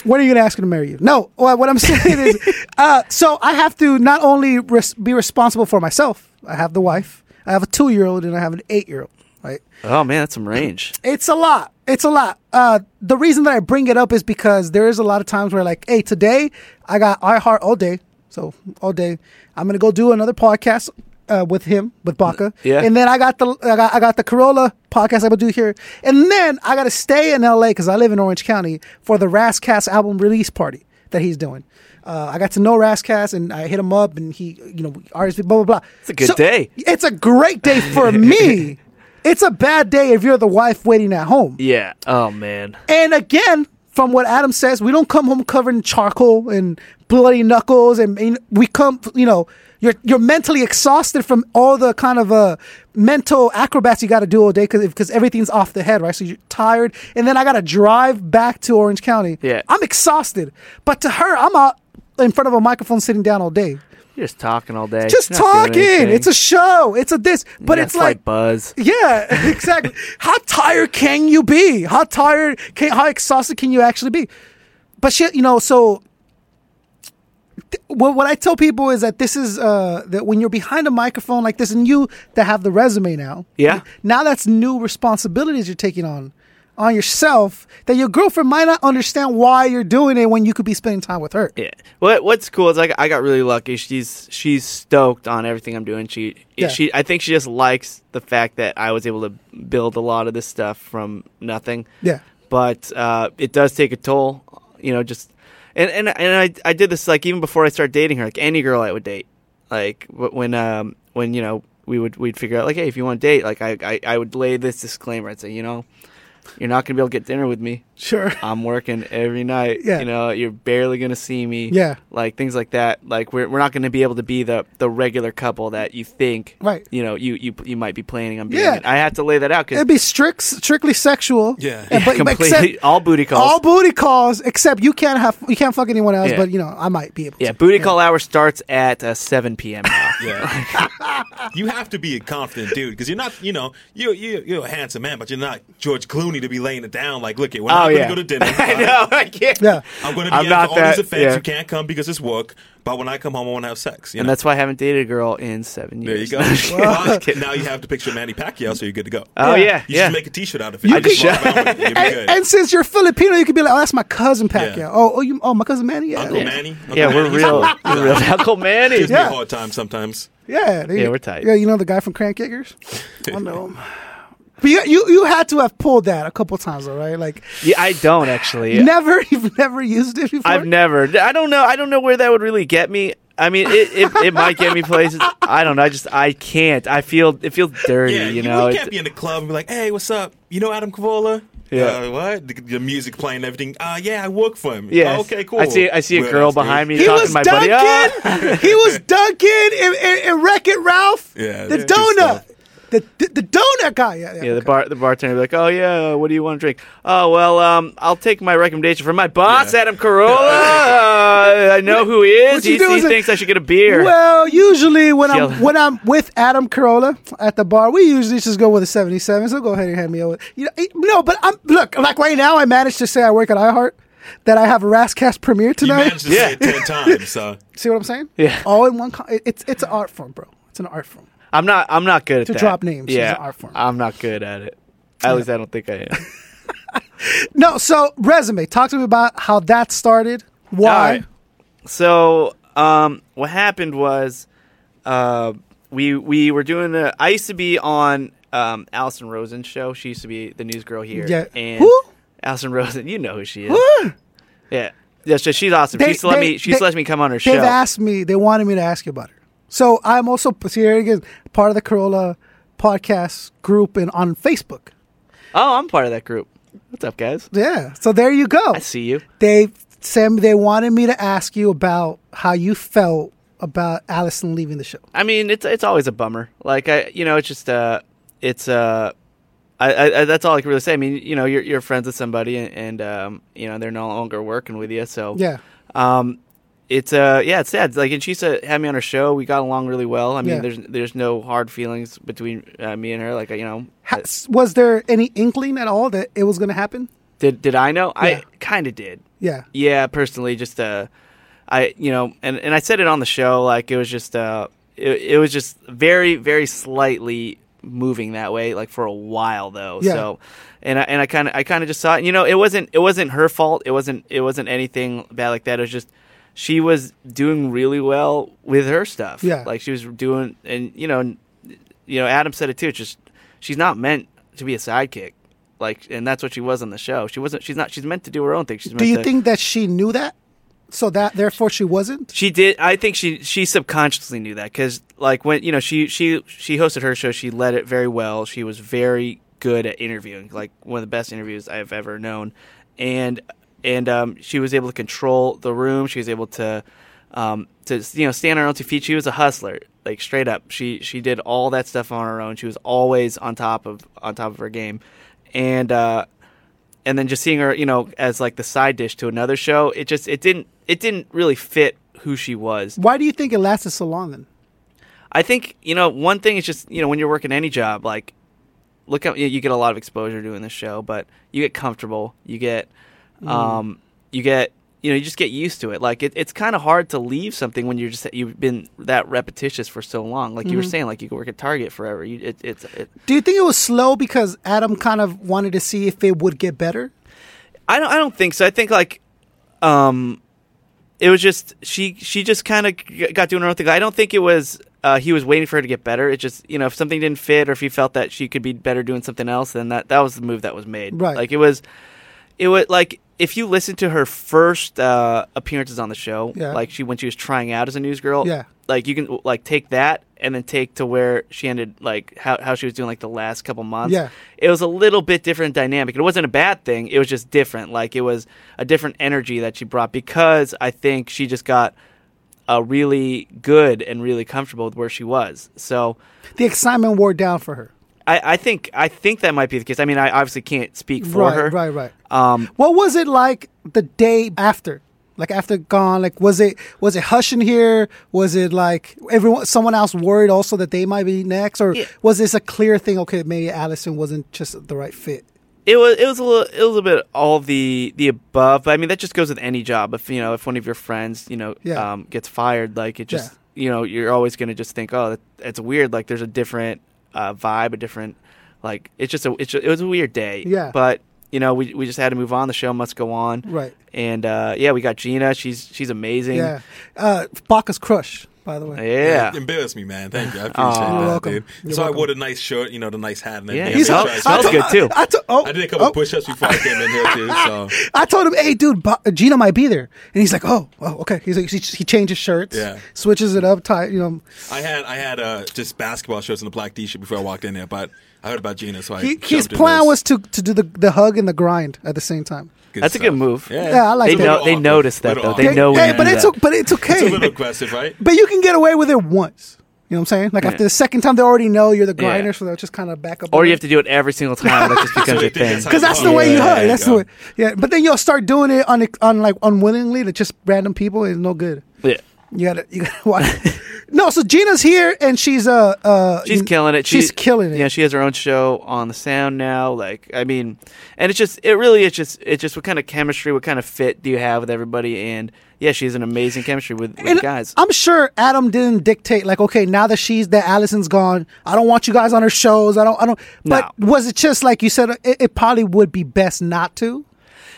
B: What are you going to ask her to marry you? No. Well, what I'm saying is, uh, so I have to not only res- be responsible for myself. I have the wife. I have a two-year-old and I have an eight-year-old. Right.
E: oh man that's some range
B: It's a lot. It's a lot. Uh, the reason that I bring it up is because there is a lot of times where, like, hey, today I got iHeart all day. So, all day. I'm going to go do another podcast. Uh, with him, with Baca,
E: Yeah.
B: and then I got the I got, I got the Corolla podcast I'm gonna do here, and then I gotta stay in L.A. because I live in Orange County for the Rascast album release party that he's doing. Uh, I got to know Rascast, and I hit him up, and he, you know, RSV, blah blah blah. It's
E: a good day.
B: It's a great day for me. It's a bad day if you're the wife waiting at home.
E: yeah oh man
B: And again, from what Adam says, we don't come home covered in charcoal and bloody knuckles, and, and we come, you know, you're you're mentally exhausted from all the kind of uh, mental acrobats you got to do all day because everything's off the head, right? So you're tired, and then I got to drive back to Orange County.
E: Yeah.
B: I'm exhausted, but to her, I'm out in front of a microphone sitting down all day,
E: you're just talking all day
B: just
E: You're not
B: talking.
E: doing anything.
B: It's a show. It's a this, but
E: Yeah,
B: it's like
E: buzz
B: yeah, exactly. how tired can you be? How tired? Can, how exhausted can you actually be? But shit, you know. So, th- what what I tell people is that this is uh, that when you're behind a microphone like this, and you that have the resume now,
E: Yeah.
B: now that's new responsibilities you're taking on on yourself that your girlfriend might not understand why you're doing it when you could be spending time with her.
E: Yeah. What What's cool is I, got- I got really lucky. She's she's stoked on everything I'm doing. She
B: Yeah.
E: she I think she just likes the fact that I was able to build a lot of this stuff from nothing.
B: Yeah.
E: But uh, it does take a toll. You know, just and and and I I did this like even before I started dating her. Like any girl I would date, like wh- when um when you know we would we'd figure out like hey if you want to date like I, I I would lay this disclaimer. I'd say you know. You're not gonna be able to get dinner with me.
B: Sure.
E: I'm working every night.
B: Yeah.
E: You know, you're barely gonna see me.
B: Yeah.
E: Like things like that. Like we're we're not gonna be able to be the the regular couple that you think.
B: Right.
E: You know, you you you might be planning on being.
B: Yeah.
E: Yeah. I have to lay that out
B: It'd
E: because
B: be strict, strictly sexual.
D: Yeah.
B: And- but- but
E: completely
B: except-
E: all booty calls.
B: All booty calls, except you can't have you can't fuck anyone else.
E: Yeah.
B: But you know, I might be able. to.
E: yeah, booty call hour starts at uh, 7 p.m. now.
D: Yeah. you have to be a confident dude because you're not, you know, you you you're a handsome man, but you're not George Clooney to be laying it down. Like, look, it, we're not
E: Oh,
D: going to
E: yeah.
D: go to dinner.
E: I know. I can't.
B: Yeah.
D: I'm going to be
E: I'm
D: out
E: not
D: for all these
E: that-
D: events.
E: yeah.
D: You can't come because it's work. But when I come home, I want to have sex. You
E: And
D: know?
E: that's why I haven't dated a girl in seven
D: there you
E: years.
D: go. Well, now you have to picture Manny Pacquiao, so you're good to go.
E: Oh yeah,
D: you
E: yeah.
D: should make a T-shirt out of it. You
B: could-
D: just walk around with it. You'd be
B: And,
D: good.
B: and since you're Filipino, you could be like, "Oh, that's my cousin Pacquiao.
D: Yeah.
B: Oh, oh, you, oh, my cousin Manny. Yeah,
D: Uncle
B: yeah.
D: Manny. Uncle
E: yeah, we're
D: Manny's
E: real.
D: cool.
E: We're real. Uncle Manny.
D: Gives me
B: Yeah.
D: a hard time sometimes.
B: yeah, there you-
E: we're tight.
B: Yeah, you know the guy from Crank Kickers. I know him. But you, you, you had to have pulled that a couple times, all right? Like,
E: Yeah, I don't actually.
B: never, you've never used it before.
E: I've never. I don't know. I don't know where that would really get me. I mean, it, it, it might get me places. I don't know. I just I can't. I feel it feels dirty.
D: Yeah,
E: you know.
D: you
E: It's-
D: can't be in the club and be like, "Hey, what's up? You know Adam Cavola?
E: Yeah.
D: uh, what? The, the music playing, and everything. Uh, yeah, I work for him.
E: Yes.
D: Oh, okay, cool.
E: I see. I see a
D: Weird
E: girl
D: ass dude.
E: behind me
B: He
E: talking
B: was,
E: to my
B: Duncan,
E: buddy. Ah!
B: he was Duncan. in in, in Wreck It Ralph.
D: Yeah,
B: the
D: that's good stuff.
B: donut, the, the the donut guy. Yeah, yeah.
E: Yeah, the bar the bartender be like, oh yeah, what do you want to drink? Oh well, um, I'll take my recommendation from my boss,
D: Yeah.
E: Adam Carolla. Uh, I know who he is.
B: you
E: He,
B: do
E: he
B: is a-
E: thinks I should get a beer.
B: Well, usually when
E: Yeah.
B: I'm when I'm with Adam Carolla at the bar, we usually just go with a 77. So go ahead and hand me over. You know, it- no, but I'm look like right now. I managed to say I work at iHeart, that I have a Rascast premiere
D: You
B: tonight.
D: managed to say it ten times. So
B: See what I'm saying?
E: Yeah.
B: All in one. Con- it- it's it's an art form, bro. It's an art form.
E: I'm not. I'm not good at
B: To
E: that.
B: drop names is
E: Yeah,
B: an art form.
E: I'm not good at it. At least I don't think I am.
B: No, so resume. Talk to me about how that started. Why?
E: All right. So, um, what happened was, uh, we we were doing. A, I used to be on um, Allison Rosen's show. She used to be the news girl here.
B: Yeah.
E: And
B: Who?
E: Allison Rosen, you know who she is. Yeah. Yeah. So she's awesome.
B: They-
E: she's let
B: they-
E: me. She's
B: they-
E: let me come on her
B: They've
E: show.
B: asked me. They wanted me to ask you about her. So I'm also see, here it is, part of the Corolla podcast group in on Facebook.
E: Oh, I'm part of that group. What's up, guys?
B: Yeah. So there you go.
E: I see you.
B: They Sam they wanted me to ask you about how you felt about Allison leaving the show.
E: I mean, it's it's always a bummer. Like I, you know, it's just uh, it's uh, I, I, I that's all I can really say. I mean, you know, you're you're friends with somebody, and, and um, you know, they're no longer working with you, so
B: Yeah.
E: um, it's uh, yeah, it's sad. Like, and she said, had me on her show. We got along really well. I mean,
B: Yeah.
E: there's there's no hard feelings between uh, me and her. Like, you know, uh,
B: Ha- was there any inkling at all that it was going to happen?
E: did did I know?
B: Yeah.
E: I kind of did.
B: Yeah.
E: Yeah, personally, just uh, I you know, and and I said it on the show, like it was just uh, it, it was just very very slightly moving that way, like for a while though.
B: Yeah.
E: So, and I and I kind of I kind of just saw it. And, You know, it wasn't it wasn't her fault. It wasn't it wasn't anything bad like that. It was just she was doing really well with her stuff.
B: Yeah.
E: like she was doing, and you know, n- you know, Adam said it too. It's just she's not meant to be a sidekick. Like and that's what she was on the show. She wasn't. She's not. She's meant to do her own thing. She's meant
B: Do you
E: to,
B: think that she knew that? So that therefore she wasn't?
E: she did. I think she she subconsciously knew that because like when you know she she she hosted her show, she led it very well. She was very good at interviewing, like one of the best interviews I've ever known, and and um, she was able to control the room. She was able to um, to you know stand on her own two feet. She was a hustler, like straight up. She she did all that stuff on her own. She was always on top of on top of her game, and. uh and then just seeing her, you know, as like the side dish to another show, it just it didn't it didn't really fit who she was.
B: Why do you think it lasted so long then?
E: I think you know one thing is just you know when you're working any job, like look at you you get a lot of exposure doing this show, but you get comfortable, you get, um, you get you know you just get used to it. Like it, it's kind of hard to leave something when you're just you've been that repetitious for so long. Like you were saying, like you could work at Target forever. You, it, it's it,
B: Do you think it was slow because Adam kind of wanted to see if it would get better?
E: I don't. I don't think so. I think like, um, it was just she. She just kind of got doing her own thing. I don't think it was. Uh, he was waiting for her to get better. It just you know if something didn't fit or if he felt that she could be better doing something else, then that that was the move that was made.
B: Right.
E: Like it was. It was like if you listen to her first uh, appearances on the show,
B: Yeah.
E: like she when she was trying out as a newsgirl,
B: Yeah.
E: Like you can like take that and then take to where she ended, like how how she was doing like the last couple months
B: Yeah.
E: it was a little bit different dynamic. It wasn't a bad thing. It was just different. Like it was a different energy that she brought because I think she just got uh, really good and really comfortable with where she was. So
B: The excitement wore down for her.
E: I, I think I think that might be the case. I mean, I obviously can't speak for
B: right,
E: her.
B: right, right.
E: Um,
B: What was it like the day after? Like after gone, like was it was it hush in here? Was it like everyone someone else worried also that they might be next, or
E: Yeah.
B: was this a clear thing? Okay, maybe Allison wasn't just the right fit.
E: it was it was a little it was a bit all the the above. But I mean, that just goes with any job. If you know, if one of your friends you know
B: Yeah.
E: um, gets fired, like it just you know you're always going to just think, oh, that, it's weird. Like there's a different uh, vibe, a different like it's just a it's ju- it was a weird day.
B: Yeah.
E: but you know we we just had to move on. The show must go on.
B: Right.
E: And uh, yeah, we got Gina. She's she's amazing.
B: Yeah, uh, Bacchus crush by the way.
E: Yeah.
D: Embarrass me, man. Thank you. I appreciate that,
B: welcome.
D: dude.
B: You're
D: so
B: welcome.
D: I wore the nice shirt, you know, the nice hat and everything.
E: Yeah, He's
D: I,
E: hot.
D: made sure I
E: Smells
D: smelled-
E: good too.
B: I, to- oh,
D: I did a couple
B: oh,
D: push-ups before I came in here too. So
B: I told him, "Hey, dude, Ba- Gina might be there," and he's like, "Oh, oh okay." He's like, he, he changes shirts,
D: Yeah.
B: switches it up, tie, you know.
D: I had I had uh, just basketball shirts and a black t-shirt before I walked in there, but I heard about Gina, so I
B: He,
D: jumped
B: his
D: in
B: plan
D: this.
B: was to to do the the hug and the grind at the same time.
E: That's a
D: stuff.
E: good move.
B: Yeah, I like
E: They
B: that.
E: know they noticed that though. They
B: Hey,
E: know. when
B: hey,
E: you do
B: but it's
E: that.
B: o- but it's okay.
D: It's a little aggressive, right?
B: But you can get away with it once. You know what I'm saying? Like after the second time, they already know you're the grinder, so they'll just kind of back up.
E: or you have to do it every single time. That just becomes
D: they
E: your
D: think
E: thing.
D: that's how
B: because that's the way you
D: Oh, Yeah,
B: hug.
D: yeah,
B: That's
D: yeah.
B: the way. Yeah, but then you'll start doing it on on like unwillingly to just random people. It's no good.
E: Yeah.
B: You gotta you gotta watch. no, so Gina's here and she's uh uh
E: She's
B: you-
E: killing it.
B: She's
E: She-
B: killing it.
E: Yeah, she has her own show on the sound now. Like, I mean, and it's just, it really, it's just, it's just what kind of chemistry, what kind of fit do you have with everybody? And yeah, she has an amazing chemistry with, with
B: And
E: guys.
B: I'm sure Adam didn't dictate like, okay, now that she's that Allison's gone, I don't want you guys on her shows. I don't, I don't. But
E: No.
B: was it just like you said? It, it probably would be best not to.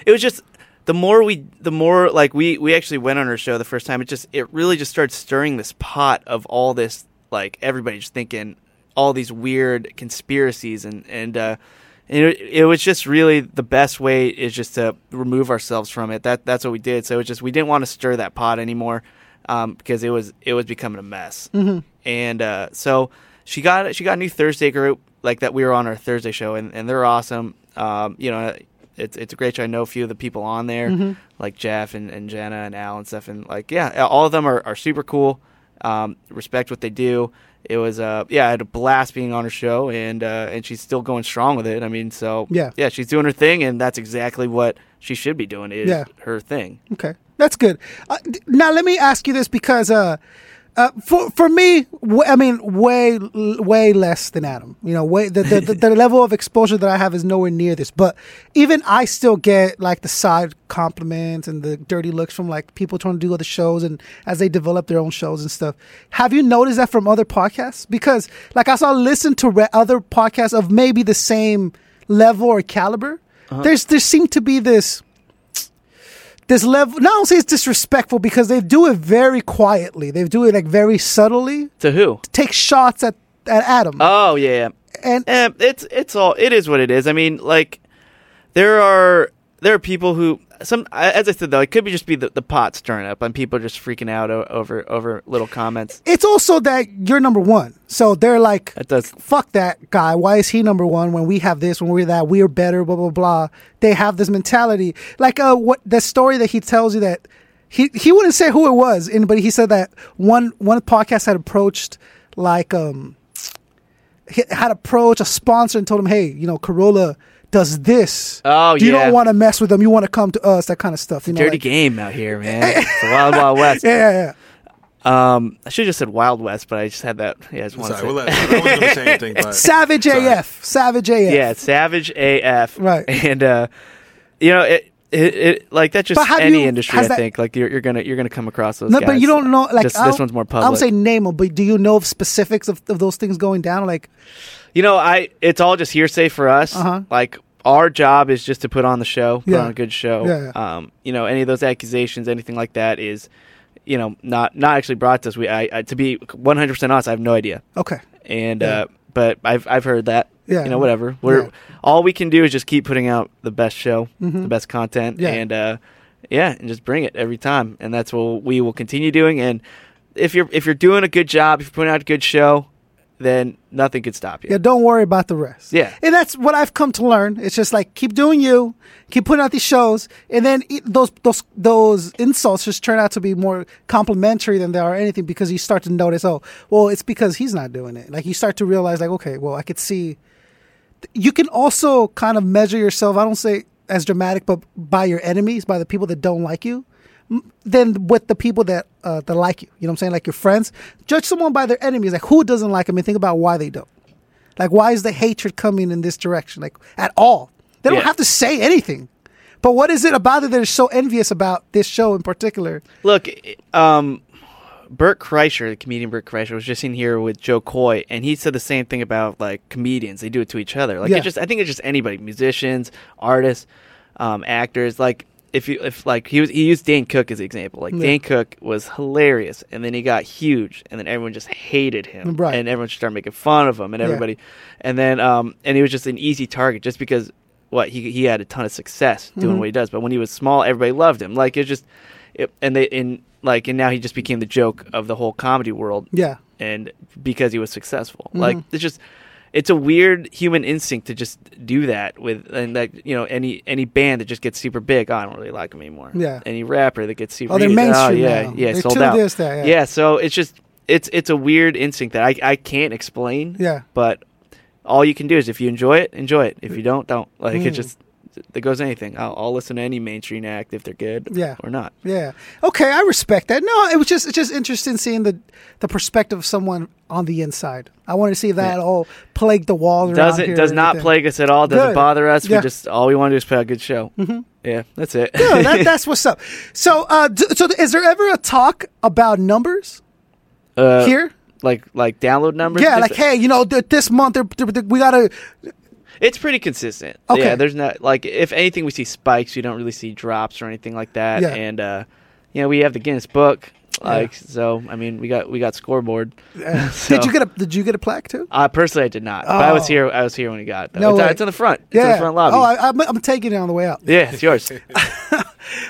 E: it was just the more we the more like we we actually went on her show the first time it just it really just started stirring this pot of all this like everybody just thinking all these weird conspiracies and and uh and it, it was just really the best way is just to remove ourselves from it that that's what we did so it was just we didn't want to stir that pot anymore um, because it was it was becoming a mess. Mm-hmm. And uh, so she got she got a new Thursday group like that. We were on our Thursday show, and, and they're awesome. Um, you know, it's it's a great show. I know a few of the people on there,
B: Mm-hmm.
E: like Jeff and, and Jenna and Al and stuff, and like yeah, all of them are, are super cool. Um, respect what they do. It was uh yeah, I had a blast being on her show, and uh, and she's still going strong with it. I mean, so
B: Yeah.
E: yeah, she's doing her thing, and that's exactly what she should be doing is
B: Yeah.
E: her thing.
B: Okay, that's good. Uh, d- now let me ask you this because uh, uh, for for me, w- I mean, way l- way less than Adam. You know, way the the, the, the level of exposure that I have is nowhere near this. But even I still get like the side compliments and the dirty looks from like people trying to do other shows and as they develop their own shows and stuff. Have you noticed that from other podcasts? Because like I saw listen to re- other podcasts of maybe the same level or caliber. There's there seemed to be this this level not only it's disrespectful because they do it very quietly they do it like very subtly
E: To who?
B: take shots at at adam
E: Oh yeah,
B: and
E: Eh, it's it's all it is what it is. I mean, like there are there are people who some I- as I said though, it could be just be the, the pot stirring up and people just freaking out o- over over little comments.
B: it's also that you're number one so they're like
E: That does
B: fuck that guy why is he number one when we have this when we're that we're better blah blah blah they have this mentality like uh what the story that he tells you that he he wouldn't say who it was and but he said that one one podcast had approached like um he- had approached a sponsor and told him, "Hey, you know, Corolla does this.
E: Oh,
B: you
E: yeah.
B: don't want to mess with them. You want to come to us. That kind of stuff. You know,
E: dirty
B: like-
E: game out here, man. it's the wild wild west.
B: yeah, yeah, yeah.
E: Um, I should have just said wild west, but I just had that. Yeah, I just wanted
D: Sorry,
E: to
D: we'll let, I wasn't going to say anything, but
B: Savage AF, Savage AF.
E: yeah, savage AF.
B: Right.
E: and uh, you know it. It, it like that's just
B: But have
E: any
B: you-
E: industry.
B: has
E: I
B: that-
E: think like you're, you're gonna you're gonna come across those.
B: No,
E: guys.
B: but you don't know. Like
E: this,
B: I
E: this
B: don't-
E: one's more
B: I
E: public.
B: don't say name 'em, but do you know of specifics of, of those things going down? Like,
E: You know, I it's all just hearsay for us.
B: Uh-huh.
E: Like our job is just to put on the show, put
B: Yeah.
E: on a good show.
B: Yeah,
E: Um, you know, any of those accusations, anything like that, is, you know, not not actually brought to us. We, I, I to be one hundred percent honest, I have no idea.
B: okay,
E: And uh, but I've I've heard that.
B: Yeah.
E: You know, whatever. We're
B: Yeah. Mm-hmm.
E: all we can do is just keep putting out the best show, the best content,
B: Yeah.
E: and uh, yeah, and just bring it every time. And that's what we will continue doing. And if you're if you're doing a good job, if you're putting out a good show, then nothing could stop you.
B: yeah. Don't worry about the rest.
E: Yeah.
B: and that's what I've come to learn. It's just like keep doing you, keep putting out these shows, and then e- those those those insults just turn out to be more complimentary than they are anything because you start to notice. Oh, well, it's because he's not doing it. Like you start to realize, like, okay, well, I could see you can also kind of measure yourself. I don't say as dramatic, but by your enemies, by the people that don't like you, m- than with the people that uh, that like you. You know what I'm saying? Like your friends. Judge someone by their enemies. Like who doesn't like them, and think about why they don't. Like why is the hatred coming in this direction? Like at all? They don't
E: Yeah.
B: have to say anything. But what is it about it that is so envious about this show in particular?
E: Look, um, Bert Kreischer, the comedian Bert Kreischer, was just in here with Joe Coy, and he said the same thing about like comedians. They do it to each other. Like
B: Yeah.
E: it just, I think it's just anybody, musicians, artists, um, actors. Like if you, if like he was, he used Dan Cook as an example. Like Dan Cook was hilarious, and then he got huge, and then everyone just hated him,
B: Right.
E: And everyone started making fun of him, and everybody, and then um, and he was just an easy target just because what he he had a ton of success doing
B: Mm-hmm.
E: what he does. But when he was small, everybody loved him. Like it's just, it, and they in like and now he just became the joke of the whole comedy world.
B: Yeah. Mm-hmm.
E: and because he was successful, like it's just. It's a weird human instinct to just do that with, and like you know, any any band that just gets super big, oh, I don't really like them anymore.
B: Yeah.
E: any rapper that gets super,
B: Oh, they're
E: huge,
B: mainstream
E: yeah,
B: now.
E: yeah,
B: They're
E: sold
B: too
E: out.
B: this, that, yeah.
E: yeah, so it's just it's it's a weird instinct that I I can't explain.
B: Yeah.
E: But all you can do is if you enjoy it, enjoy it. If you don't, don't. Like
B: Mm.
E: it just that goes anything. I'll, I'll listen to any mainstream act if they're good.
B: Yeah.
E: Or not.
B: Yeah. Okay, I respect that. No, it was just it's just interesting seeing the the perspective of someone on the inside. I wanted to see if that at all plagued the walls. around
E: Doesn't
B: here
E: does
B: or
E: not
B: anything.
E: plague us at all. Doesn't
B: Good.
E: bother us.
B: Yeah.
E: We just all we want to do is put out a good show. Mm-hmm. Yeah, that's it.
B: No, that, that's what's up. So, uh, d- so is there ever a talk about numbers
E: Uh,
B: here?
E: like like download numbers.
B: Yeah,
E: Just-
B: like hey, you know, th- this month they're, they're- they're- we gotta.
E: It's pretty consistent.
B: Okay.
E: Yeah, there's not like if anything we see spikes, we don't really see drops or anything like that.
B: Yeah.
E: And uh you know, we have the Guinness book. Like so I mean we got we got scoreboard.
B: Uh, Did you get a Did you get a plaque too?
E: uh personally I did not. But I was
B: Oh.
E: here I was here when he got it, though.
B: No
E: it's,
B: way.
E: it's in the front. It's in
B: yeah.
E: the front lobby.
B: Oh, I, I'm, I'm taking it on the way out.
E: yeah, it's yours.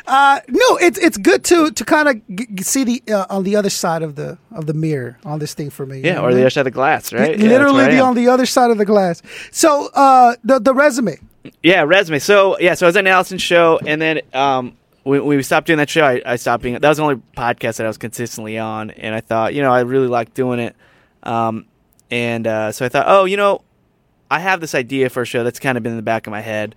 B: Uh, no, it's it's good to to kind of g- g- see the uh, on the other side of the of the mirror on this thing for me. you
E: Yeah,
B: know
E: or
B: what I
E: the
B: mean?
E: other side of the glass, right? Yeah, that's
B: literally
E: where I
B: be
E: am.
B: on the other side of the glass. So uh, the the resume.
E: Yeah, resume. So yeah, so I was at Allison's show, and then um, when, when we stopped doing that show, I, I stopped being. That was the only podcast that I was consistently on, and I thought, you know, I really like doing it, um, and uh, so I thought, oh, you know, I have this idea for a show that's kind of been in the back of my head,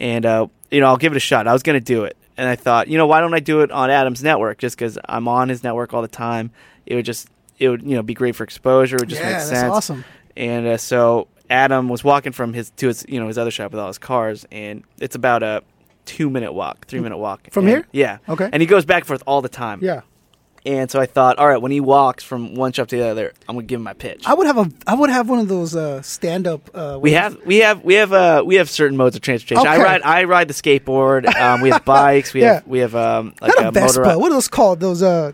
E: and uh, you know, I'll give it a shot. I was going to do it, and I thought, you know, why don't I do it on Adam's network? Just because I'm on his network all the time, it would just, it would you know, be great for exposure. It would just
B: Yeah,
E: make
B: that's
E: sense.
B: awesome.
E: And uh, so Adam was walking from his to his you know his other shop with all his cars, and it's about a two minute walk, three minute walk
B: From
E: And-
B: here?
E: Yeah.
B: Okay.
E: And he goes back and forth all the time.
B: Yeah,
E: And so I thought, all right, when he walks from one shop to the other, I'm gonna give him my pitch.
B: I would have a I would have one of those uh, stand up. Uh,
E: we have we have we have uh we have certain modes of transportation. I
B: Okay.
E: ride I ride the skateboard. Um, we have bikes. We
B: Yeah.
E: have we have um like
B: not a,
E: a,
B: Vespa.
E: motor.
B: What are those called? Those uh.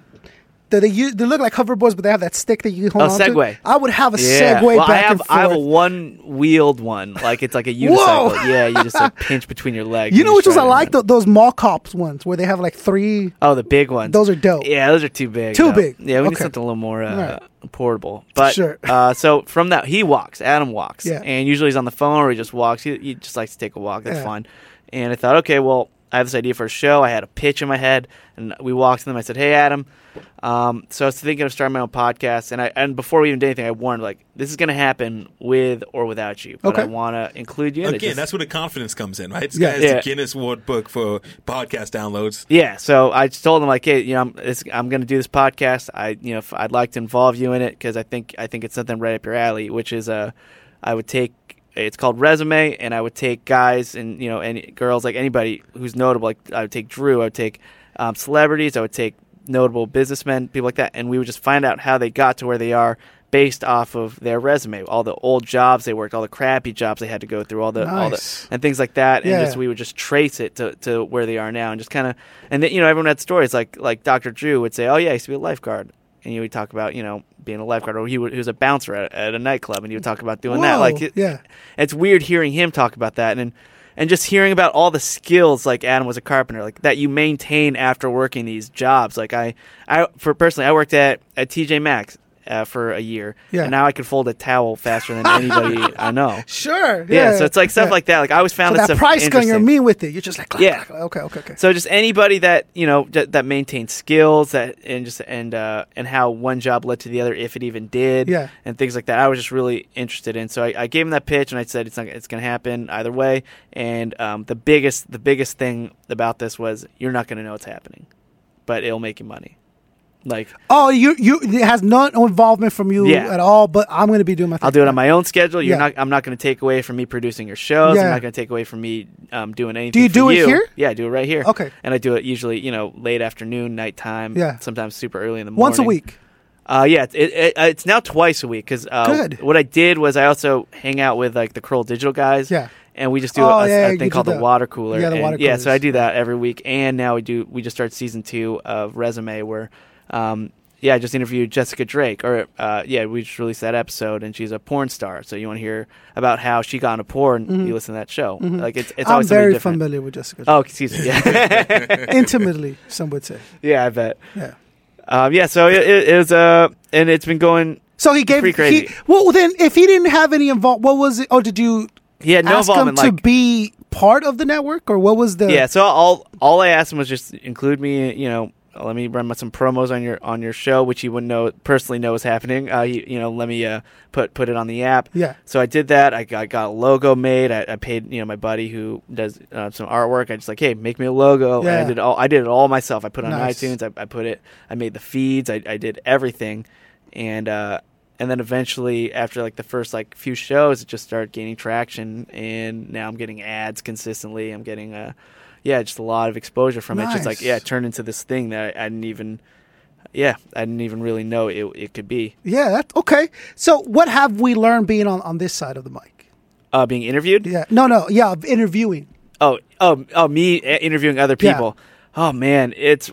B: That they, use, they look like hoverboards, but they have that stick that you hold
E: A
B: on to.
E: Oh, Segway.
B: I would have a
E: Yeah.
B: Segway
E: well,
B: back
E: I have
B: and forth.
E: I have a one wheeled one, like it's like a
B: Whoa!
E: unicycle. yeah, you just like pinch between your legs.
B: you
E: and
B: know which ones I
E: stride in
B: like?
E: it.
B: Tho- those mall cops ones where they have like three.
E: Oh, the big ones.
B: Those are dope.
E: Yeah, those are too big.
B: Too
E: though.
B: big.
E: Yeah, we need
B: Okay.
E: something a little more uh,
B: Alright.
E: portable. But
B: Sure.
E: uh, so from that, he walks. Adam walks.
B: Yeah.
E: And usually he's on the phone or he just walks. He, he just likes to take a walk. That's
B: Yeah.
E: fine. And I thought, okay, well, I have this idea for a show. I had a pitch in my head, and we walked to them. I said, "Hey, Adam." Um, so I was thinking of starting my own podcast, and I and before we even did anything, I warned like this is going to happen with or without you, but I
B: Okay.
E: want to include you. in it.
D: Again,
E: Just-
D: that's where the confidence comes in, right? This
B: Yeah.
D: guy has
E: Yeah.
D: the Guinness World Book for podcast downloads.
E: Yeah, so I just told him like, hey, you know, I'm, it's, I'm going to do this podcast. I, you know, if I'd like to involve you in it because I think I think it's something right up your alley, which is uh, I would take it's called resume, and I would take guys and you know any girls like anybody who's notable. Like I would take Drew, I would take um, celebrities, I would take notable businessmen, people like that, and we would just find out how they got to where they are based off of their resume, all the old jobs they worked, all the crappy jobs they had to go through, all the all
B: Nice.
E: the and things like that, and
B: Yeah.
E: just we would just trace it to, to where they are now, and just kind of, and then you know everyone had stories like like Dr. Drew would say, oh yeah, I used to be a lifeguard, and he would talk about you know being a lifeguard, or he, would, he was a bouncer at, at a nightclub, and he would talk about doing that,
B: Whoa,
E: like it-
B: yeah.
E: it's weird hearing him talk about that, and and just hearing about all the skills like Adam was a carpenter, like that you maintain after working these jobs, like I I for personally I worked at at TJ Maxx. Uh, for a year,
B: Yeah.
E: and now I could fold a towel faster than anybody I know.
B: Sure.
E: Yeah, so it's like stuff
B: yeah.
E: like that. Like I always
B: So
E: found
B: that
E: stuff
B: price gun you're
E: interesting.
B: mean with it. You're just like, clack,
E: Yeah.
B: clack, clack. okay, okay, okay.
E: So just anybody that you know that, that maintains skills that and just and uh, and how one job led to the other if it even did
B: Yeah.
E: and things like that. I was just really interested in. So I, I gave him that pitch and I said it's not it's going to happen either way. And um, the biggest the biggest thing about this was you're not going to know it's happening, but it'll make you money. Like
B: Oh, you you it has no involvement from you
E: Yeah.
B: at all. But I'm going to be doing my. Thing.
E: I'll do it on my own schedule. You're
B: Yeah.
E: not. I'm not going to take away from me producing your shows.
B: Yeah.
E: I'm not going to take away from me um, doing anything.
B: you
E: for
B: do it here?
E: Yeah, I do it right here.
B: Okay.
E: And I do it usually, you know, late afternoon, nighttime.
B: Yeah.
E: Sometimes super early in the morning.
B: once a week.
E: Uh, yeah, it, it, it, it's now twice a week because uh,
B: Good.
E: what I did was I also hang out with like the Curl Digital guys.
B: Yeah.
E: And we just do
B: Oh,
E: a, a
B: yeah, you
E: thing
B: did
E: called
B: that.
E: the water cooler.
B: Yeah, the
E: and-
B: water
E: Yeah, so
B: coolers.
E: I do that every week, and now we do we just start season two of Resume, where, um, yeah, I just interviewed Jessica Drake, or uh, yeah, we just released that episode, and she's a porn star. So you want to hear about how she got into porn? You listen to that show. Like it's
B: Mm-hmm.
E: it's
B: I'm
E: always something
B: very
E: different.
B: familiar with Jessica.
E: Oh, excuse me. Yeah,
B: Intimately, some would say.
E: yeah, I bet.
B: Yeah.
E: Um, yeah, so it, it, it was uh, and it's been going.
B: So he gave.
E: pretty crazy.
B: He, well, then if he didn't have any involvement, what was it? Oh, did you
E: He had no
B: ask him
E: involvement.
B: to
E: like,
B: be part of the network, or what was the?
E: yeah so all all i asked him was just include me you know let me run some promos on your on your show which he wouldn't know personally know is happening uh you, you know let me uh put put it on the app
B: Yeah.
E: so i did that i got, got a logo made I, I paid you know my buddy who does uh, some artwork i just like hey make me a logo and
B: Yeah.
E: i did all i did it all myself i put it on
B: Nice.
E: itunes I, I put it i made the feeds i, I did everything and uh and then eventually after like the first like few shows it just started gaining traction and now i'm getting ads consistently i'm getting uh yeah just a lot of exposure from it just like
B: Nice.
E: yeah it turned into this thing that i, I didn't even yeah i didn't even really know it, it could be
B: Yeah. That, okay. So what have we learned being on on this side of the mic?
E: uh being interviewed
B: Yeah. No. No. Yeah. of Interviewing.
E: Oh, oh, oh! Me uh, interviewing other
B: Yeah.
E: people. Oh man, it's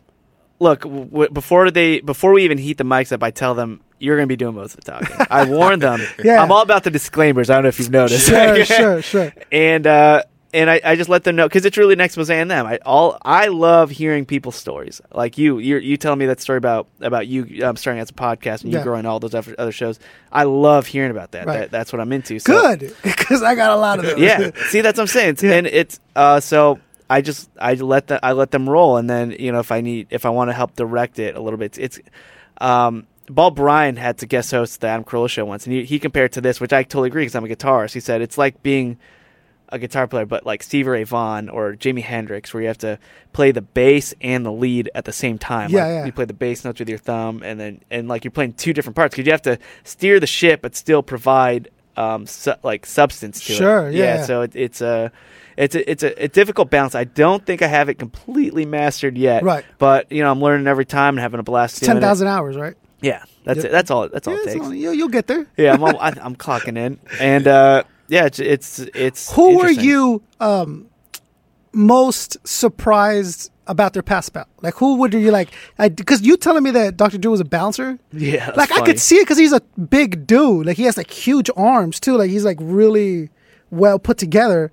E: look w- w- before they before we even heat the mics up. I tell them you're going to be doing most of the talking. I warn them.
B: Yeah.
E: I'm all about the disclaimers. I don't know if you've noticed.
B: Sure, sure, sure.
E: And uh, and I, I just let them know because it's really next was and them. I all I love hearing people's stories. Like you, you you telling me that story about about you um, starting as a podcast and you
B: Yeah.
E: growing all those other other shows. I love hearing about that.
B: Right.
E: that that's what I'm into. So,
B: Good, because I got a lot of those.
E: yeah. See, that's what I'm saying. It's- And it's uh, so I just I let them I let them roll, and then you know if I need if I want to help direct it a little bit, it's. it's, um, Paul Bryan had to guest host the Adam Carolla show once, and he, he compared to this, which I totally agree because I'm a guitarist. He said it's like being a guitar player, but like Stevie Ray Vaughan or Jimi Hendrix, where you have to play the bass and the lead at the same time.
B: Yeah,
E: like,
B: yeah.
E: You play the bass notes with your thumb, and then and like you're playing two different parts because you have to steer the ship but still provide um su- like substance to it.
B: Sure, yeah, yeah.
E: So it, it's a it's a it's a, a difficult balance. I don't think I have it completely mastered yet.
B: Right.
E: But you know, I'm learning every time and having a blast. doing
B: ten
E: it.
B: thousand hours, right?
E: Yeah, that's
B: Yep.
E: it. That's all. That's all
B: Yeah,
E: it
B: it's
E: takes.
B: only- you, you'll get there.
E: yeah, I'm all, I, I'm clocking in, and uh, yeah, it's it's, it's
B: Who were
E: interesting.
B: you um, most surprised about their pass about? Like, who would you like? Because you telling me that Dr. Drew was a bouncer?
E: Yeah, that's
B: Like, I
E: funny.
B: could see it because he's a big dude. Like, he has like huge arms too. Like, he's like really well put together,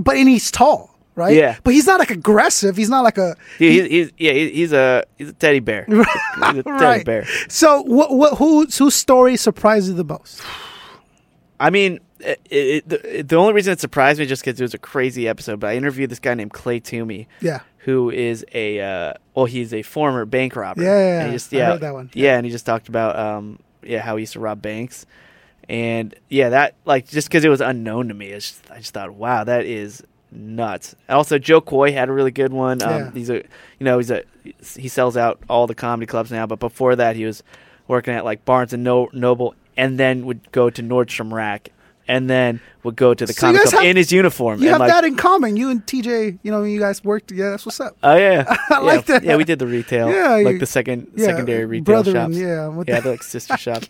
B: but and he's tall, right?
E: Yeah.
B: But he's not like aggressive. He's not like a.
E: Yeah, he's, he's yeah, he- he's a he's a teddy bear. he's a teddy
B: Right.
E: bear.
B: So, what, what, who, whose story surprised you the most?
E: I mean, it, it, the, the only reason it surprised me just because it was a crazy episode. But I interviewed this guy named Clay Toomey.
B: Yeah.
E: Who is a uh, well, he's a former bank robber.
B: Yeah, yeah, yeah.
E: And he just,
B: I
E: yeah,
B: heard that one.
E: Yeah, and he just talked about um, yeah how he used to rob banks, and yeah that like just because it was unknown to me, it's just, I just thought wow that is nuts. Also, Joe Coy had a really good one. Um,
B: Yeah.
E: He's a you know he's a he sells out all the comedy clubs now, but before that he was working at like Barnes and no- Noble, and then would go to Nordstrom Rack, and then would go to the
B: So you
E: comedy
B: guys
E: club
B: have-
E: in his uniform.
B: You
E: and
B: have
E: like,
B: that in common. You and TJ, you know, you guys worked. Yeah, that's what's up.
E: Oh yeah, yeah.
B: like that.
E: Yeah, we did the retail.
B: Yeah,
E: like
B: you-
E: the second
B: yeah,
E: secondary retail
B: brethren,
E: shops.
B: yeah, what
E: yeah,
B: the-
E: the, like sister shop.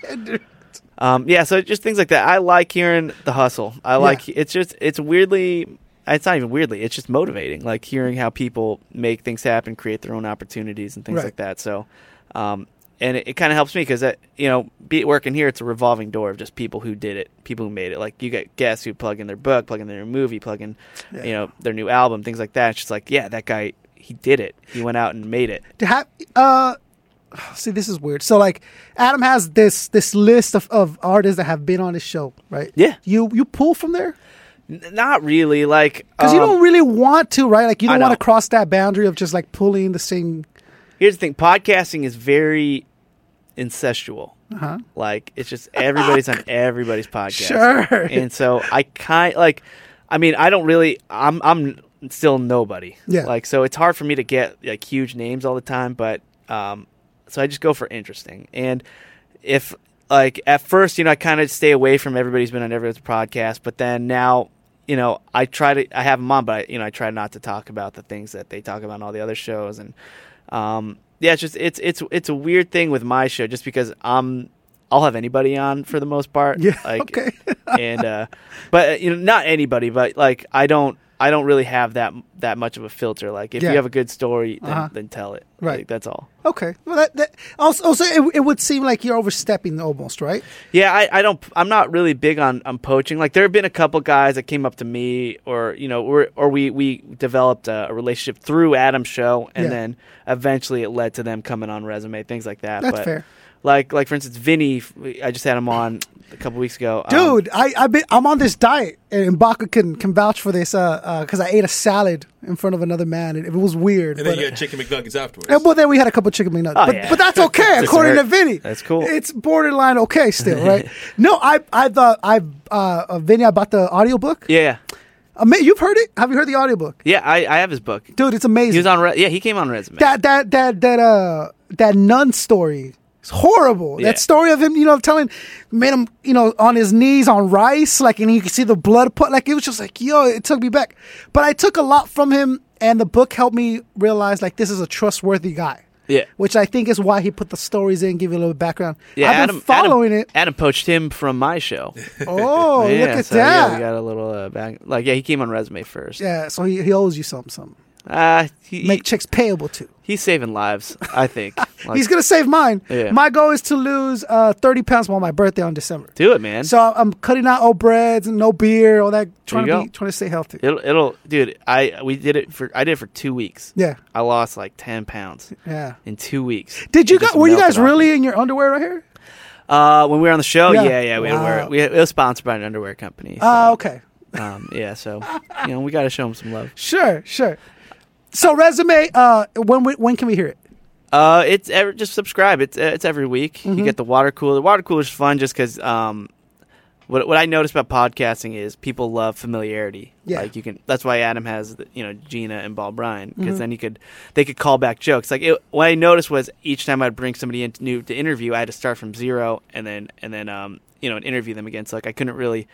E: Um, yeah, so just things like that. I like hearing the hustle. I like it's just it's weirdly. It's not even weirdly. It's just motivating. Like hearing how people make things happen, create their own opportunities, and things
B: Right.
E: like that. So, um, and it, it kind of helps me because you know, be working here, it's a revolving door of just people who did it, people who made it. Like you get guests who plug in their book, plug in their new movie, plug in, you know, their new album, things like that. It's just like, yeah, that guy, he did it. He went out and made it.
B: to have uh see this is weird so like adam has this this list of, of artists that have been on his show right
E: Yeah.
B: you you pull from there
E: N- not really, like
B: because you
E: um,
B: don't really want to right like you
E: I
B: don't want to
E: don't.
B: cross that boundary of just like pulling the same
E: here's the thing podcasting is very incestual like it's just everybody's on everybody's podcast
B: Sure.
E: and so i kind like i mean i don't really i'm i'm still nobody
B: Yeah.
E: like so it's hard for me to get like huge names all the time but um so i just go for interesting and if like at first you know i kind of stay away from everybody's been on everybody's podcast but then now you know i try to i have them on but I, you know i try not to talk about the things that they talk about on all the other shows and um yeah it's just it's it's it's a weird thing with my show just because i'm i'll have anybody on for the most part
B: Yeah,
E: like
B: okay.
E: and uh but uh, you know not anybody but like i don't i don't really have that that much of a filter like if
B: Yeah.
E: you have a good story then,
B: Uh-huh.
E: then tell it
B: Right.
E: Like, that's all
B: okay well that, that also, also it, it would seem like you're overstepping almost right
E: Yeah, I, I don't. I'm not really big on, on poaching. Like there have been a couple guys that came up to me, or you know, or, or we we developed a, a relationship through Adam's show, and
B: Yeah.
E: then eventually it led to them coming on resume, things like that.
B: That's
E: but
B: fair.
E: Like like for instance, Vinny, I just had him on a couple weeks ago. Um,
B: dude i i been i'm on this diet and baka can can vouch for this uh because i ate a salad in front of another man and it was weird
D: And then
B: but- uh,
D: you got chicken McNuggets afterwards.
B: And well, then we had a couple chicken McNuggets,
E: Oh,
B: but,
E: yeah.
B: but that's okay, according to
E: Dessert.
B: Vinny.
E: That's cool.
B: It's borderline okay still, right? no, I I thought I uh, uh, Vinny, I bought the audiobook.
E: yeah,
B: Ama- you've heard it? Have you heard the audiobook?
E: yeah, I, I have his book.
B: Dude, it's
E: He
B: amazing.
E: was on. Re- yeah, he came on resume.
B: that that that that uh that nun story. It's horrible.
E: Yeah.
B: That story of him, you know, telling made him, you know, on his knees on rice, like, and you could see the blood put. Like it was just like, yo, it took me back. But I took a lot from him, and the book helped me realize like this is a trustworthy guy.
E: Yeah.
B: which I think is why he put the stories in, give you a little background.
E: yeah,
B: I've
E: Adam
B: been following
E: Adam,
B: it.
E: Adam poached him from my show.
B: Oh,
E: yeah,
B: look at
E: so, Yeah,
B: that.
E: we got a little uh, back. Like yeah, he came on resume first.
B: Yeah, so he, he owes you something, something.
E: Uh, he,
B: Make chicks payable to.
E: he's saving lives, I think. Like,
B: He's gonna save mine.
E: Yeah.
B: My goal is to lose uh, thirty pounds by my birthday on December.
E: do it, man.
B: So I'm cutting out old breads and no beer, all that. Trying
E: you
B: to be,
E: go.
B: trying to stay healthy.
E: it'll, it'll, dude. I we did it for. I did it for two weeks.
B: Yeah.
E: I lost like ten pounds
B: Yeah.
E: in two weeks.
B: Did you
E: It just
B: guys? Were you
E: melted
B: guys
E: off.
B: really in your underwear right here?
E: Uh, when we were on the show,
B: Yeah.
E: yeah, yeah, we had to wear
B: Wow.
E: it. We, it was sponsored by an underwear company. So,
B: Ah, okay.
E: um, yeah, so you know we got to show them some love.
B: Sure, sure. So resume. Uh, when we, when can we hear it?
E: Uh, it's ever just subscribe. It's it's every week. You get the water cooler. The water cooler is fun just because um, what what I notice about podcasting is people love familiarity.
B: Yeah.
E: like you can. That's why Adam has the, you know Gina and Bob Bryan
B: Mm-hmm.
E: because then you could they could call back jokes. Like it, what I noticed was each time I'd bring somebody in to, new to interview, I had to start from zero and then and then um you know and interview them again. So like I couldn't really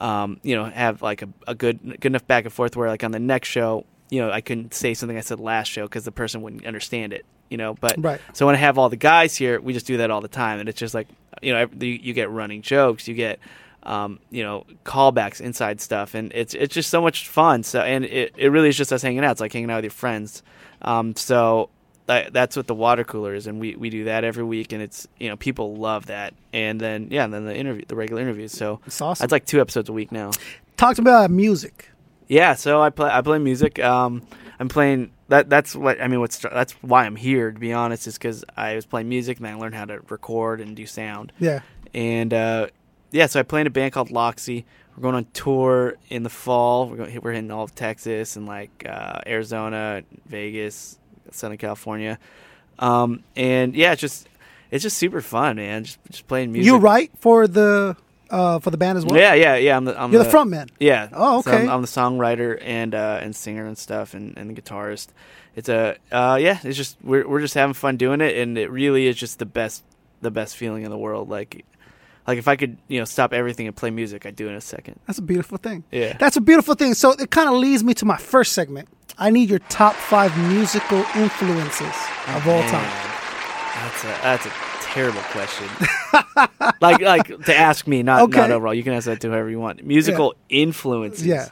E: um, you know, have like a, a good good enough back and forth where like on the next show, you know, I couldn't say something I said last show because the person wouldn't understand it, you know. But
B: Right.
E: so when I have all the guys here, we just do that all the time, and it's just like you know, ev- you, you get running jokes, you get. Um, you know, callbacks, inside stuff, and it's it's just so much fun. So, and it, it really is just us hanging out. It's like hanging out with your friends. Um, so that, that's what the water cooler is, and we, we do that every week, and it's you know people love that. And then yeah, and then the interview, the regular interviews. So
B: It's awesome.
E: that's like two episodes a week now.
B: Talked about music.
E: Yeah, so I play I play music. Um, I'm playing that. That's what I mean. What's that's why I'm here to be honest is because I was playing music and I learned how to record and do sound.
B: Yeah.
E: And uh, yeah, so I play in a band called Loxy. We're going on tour in the fall. We're going, we're hitting all of Texas and like uh, Arizona, Vegas, Southern California. Um, and yeah, it's just it's just super fun, man. Just just playing music.
B: You write for the uh, for the band as well.
E: Yeah, yeah, yeah. I'm the, I'm
B: You're the front man.
E: Yeah.
B: Oh,
E: So I'm-
B: okay.
E: I'm, the songwriter and uh, and singer and stuff and, and the guitarist. It's a uh, yeah. It's just we're we're just having fun doing it, and it really is just the best the best feeling in the world. Like like if I could you know stop everything and play music, I'd do it in a second.
B: That's a beautiful thing.
E: Yeah.
B: That's a beautiful thing. So it kind of leads me to my first segment. I need your top five musical influences of all
E: Man,
B: time.
E: That's a that's a terrible question. like like to ask me, not
B: Okay.
E: not overall. You can ask that to whoever you want. Musical influences.
B: Yeah.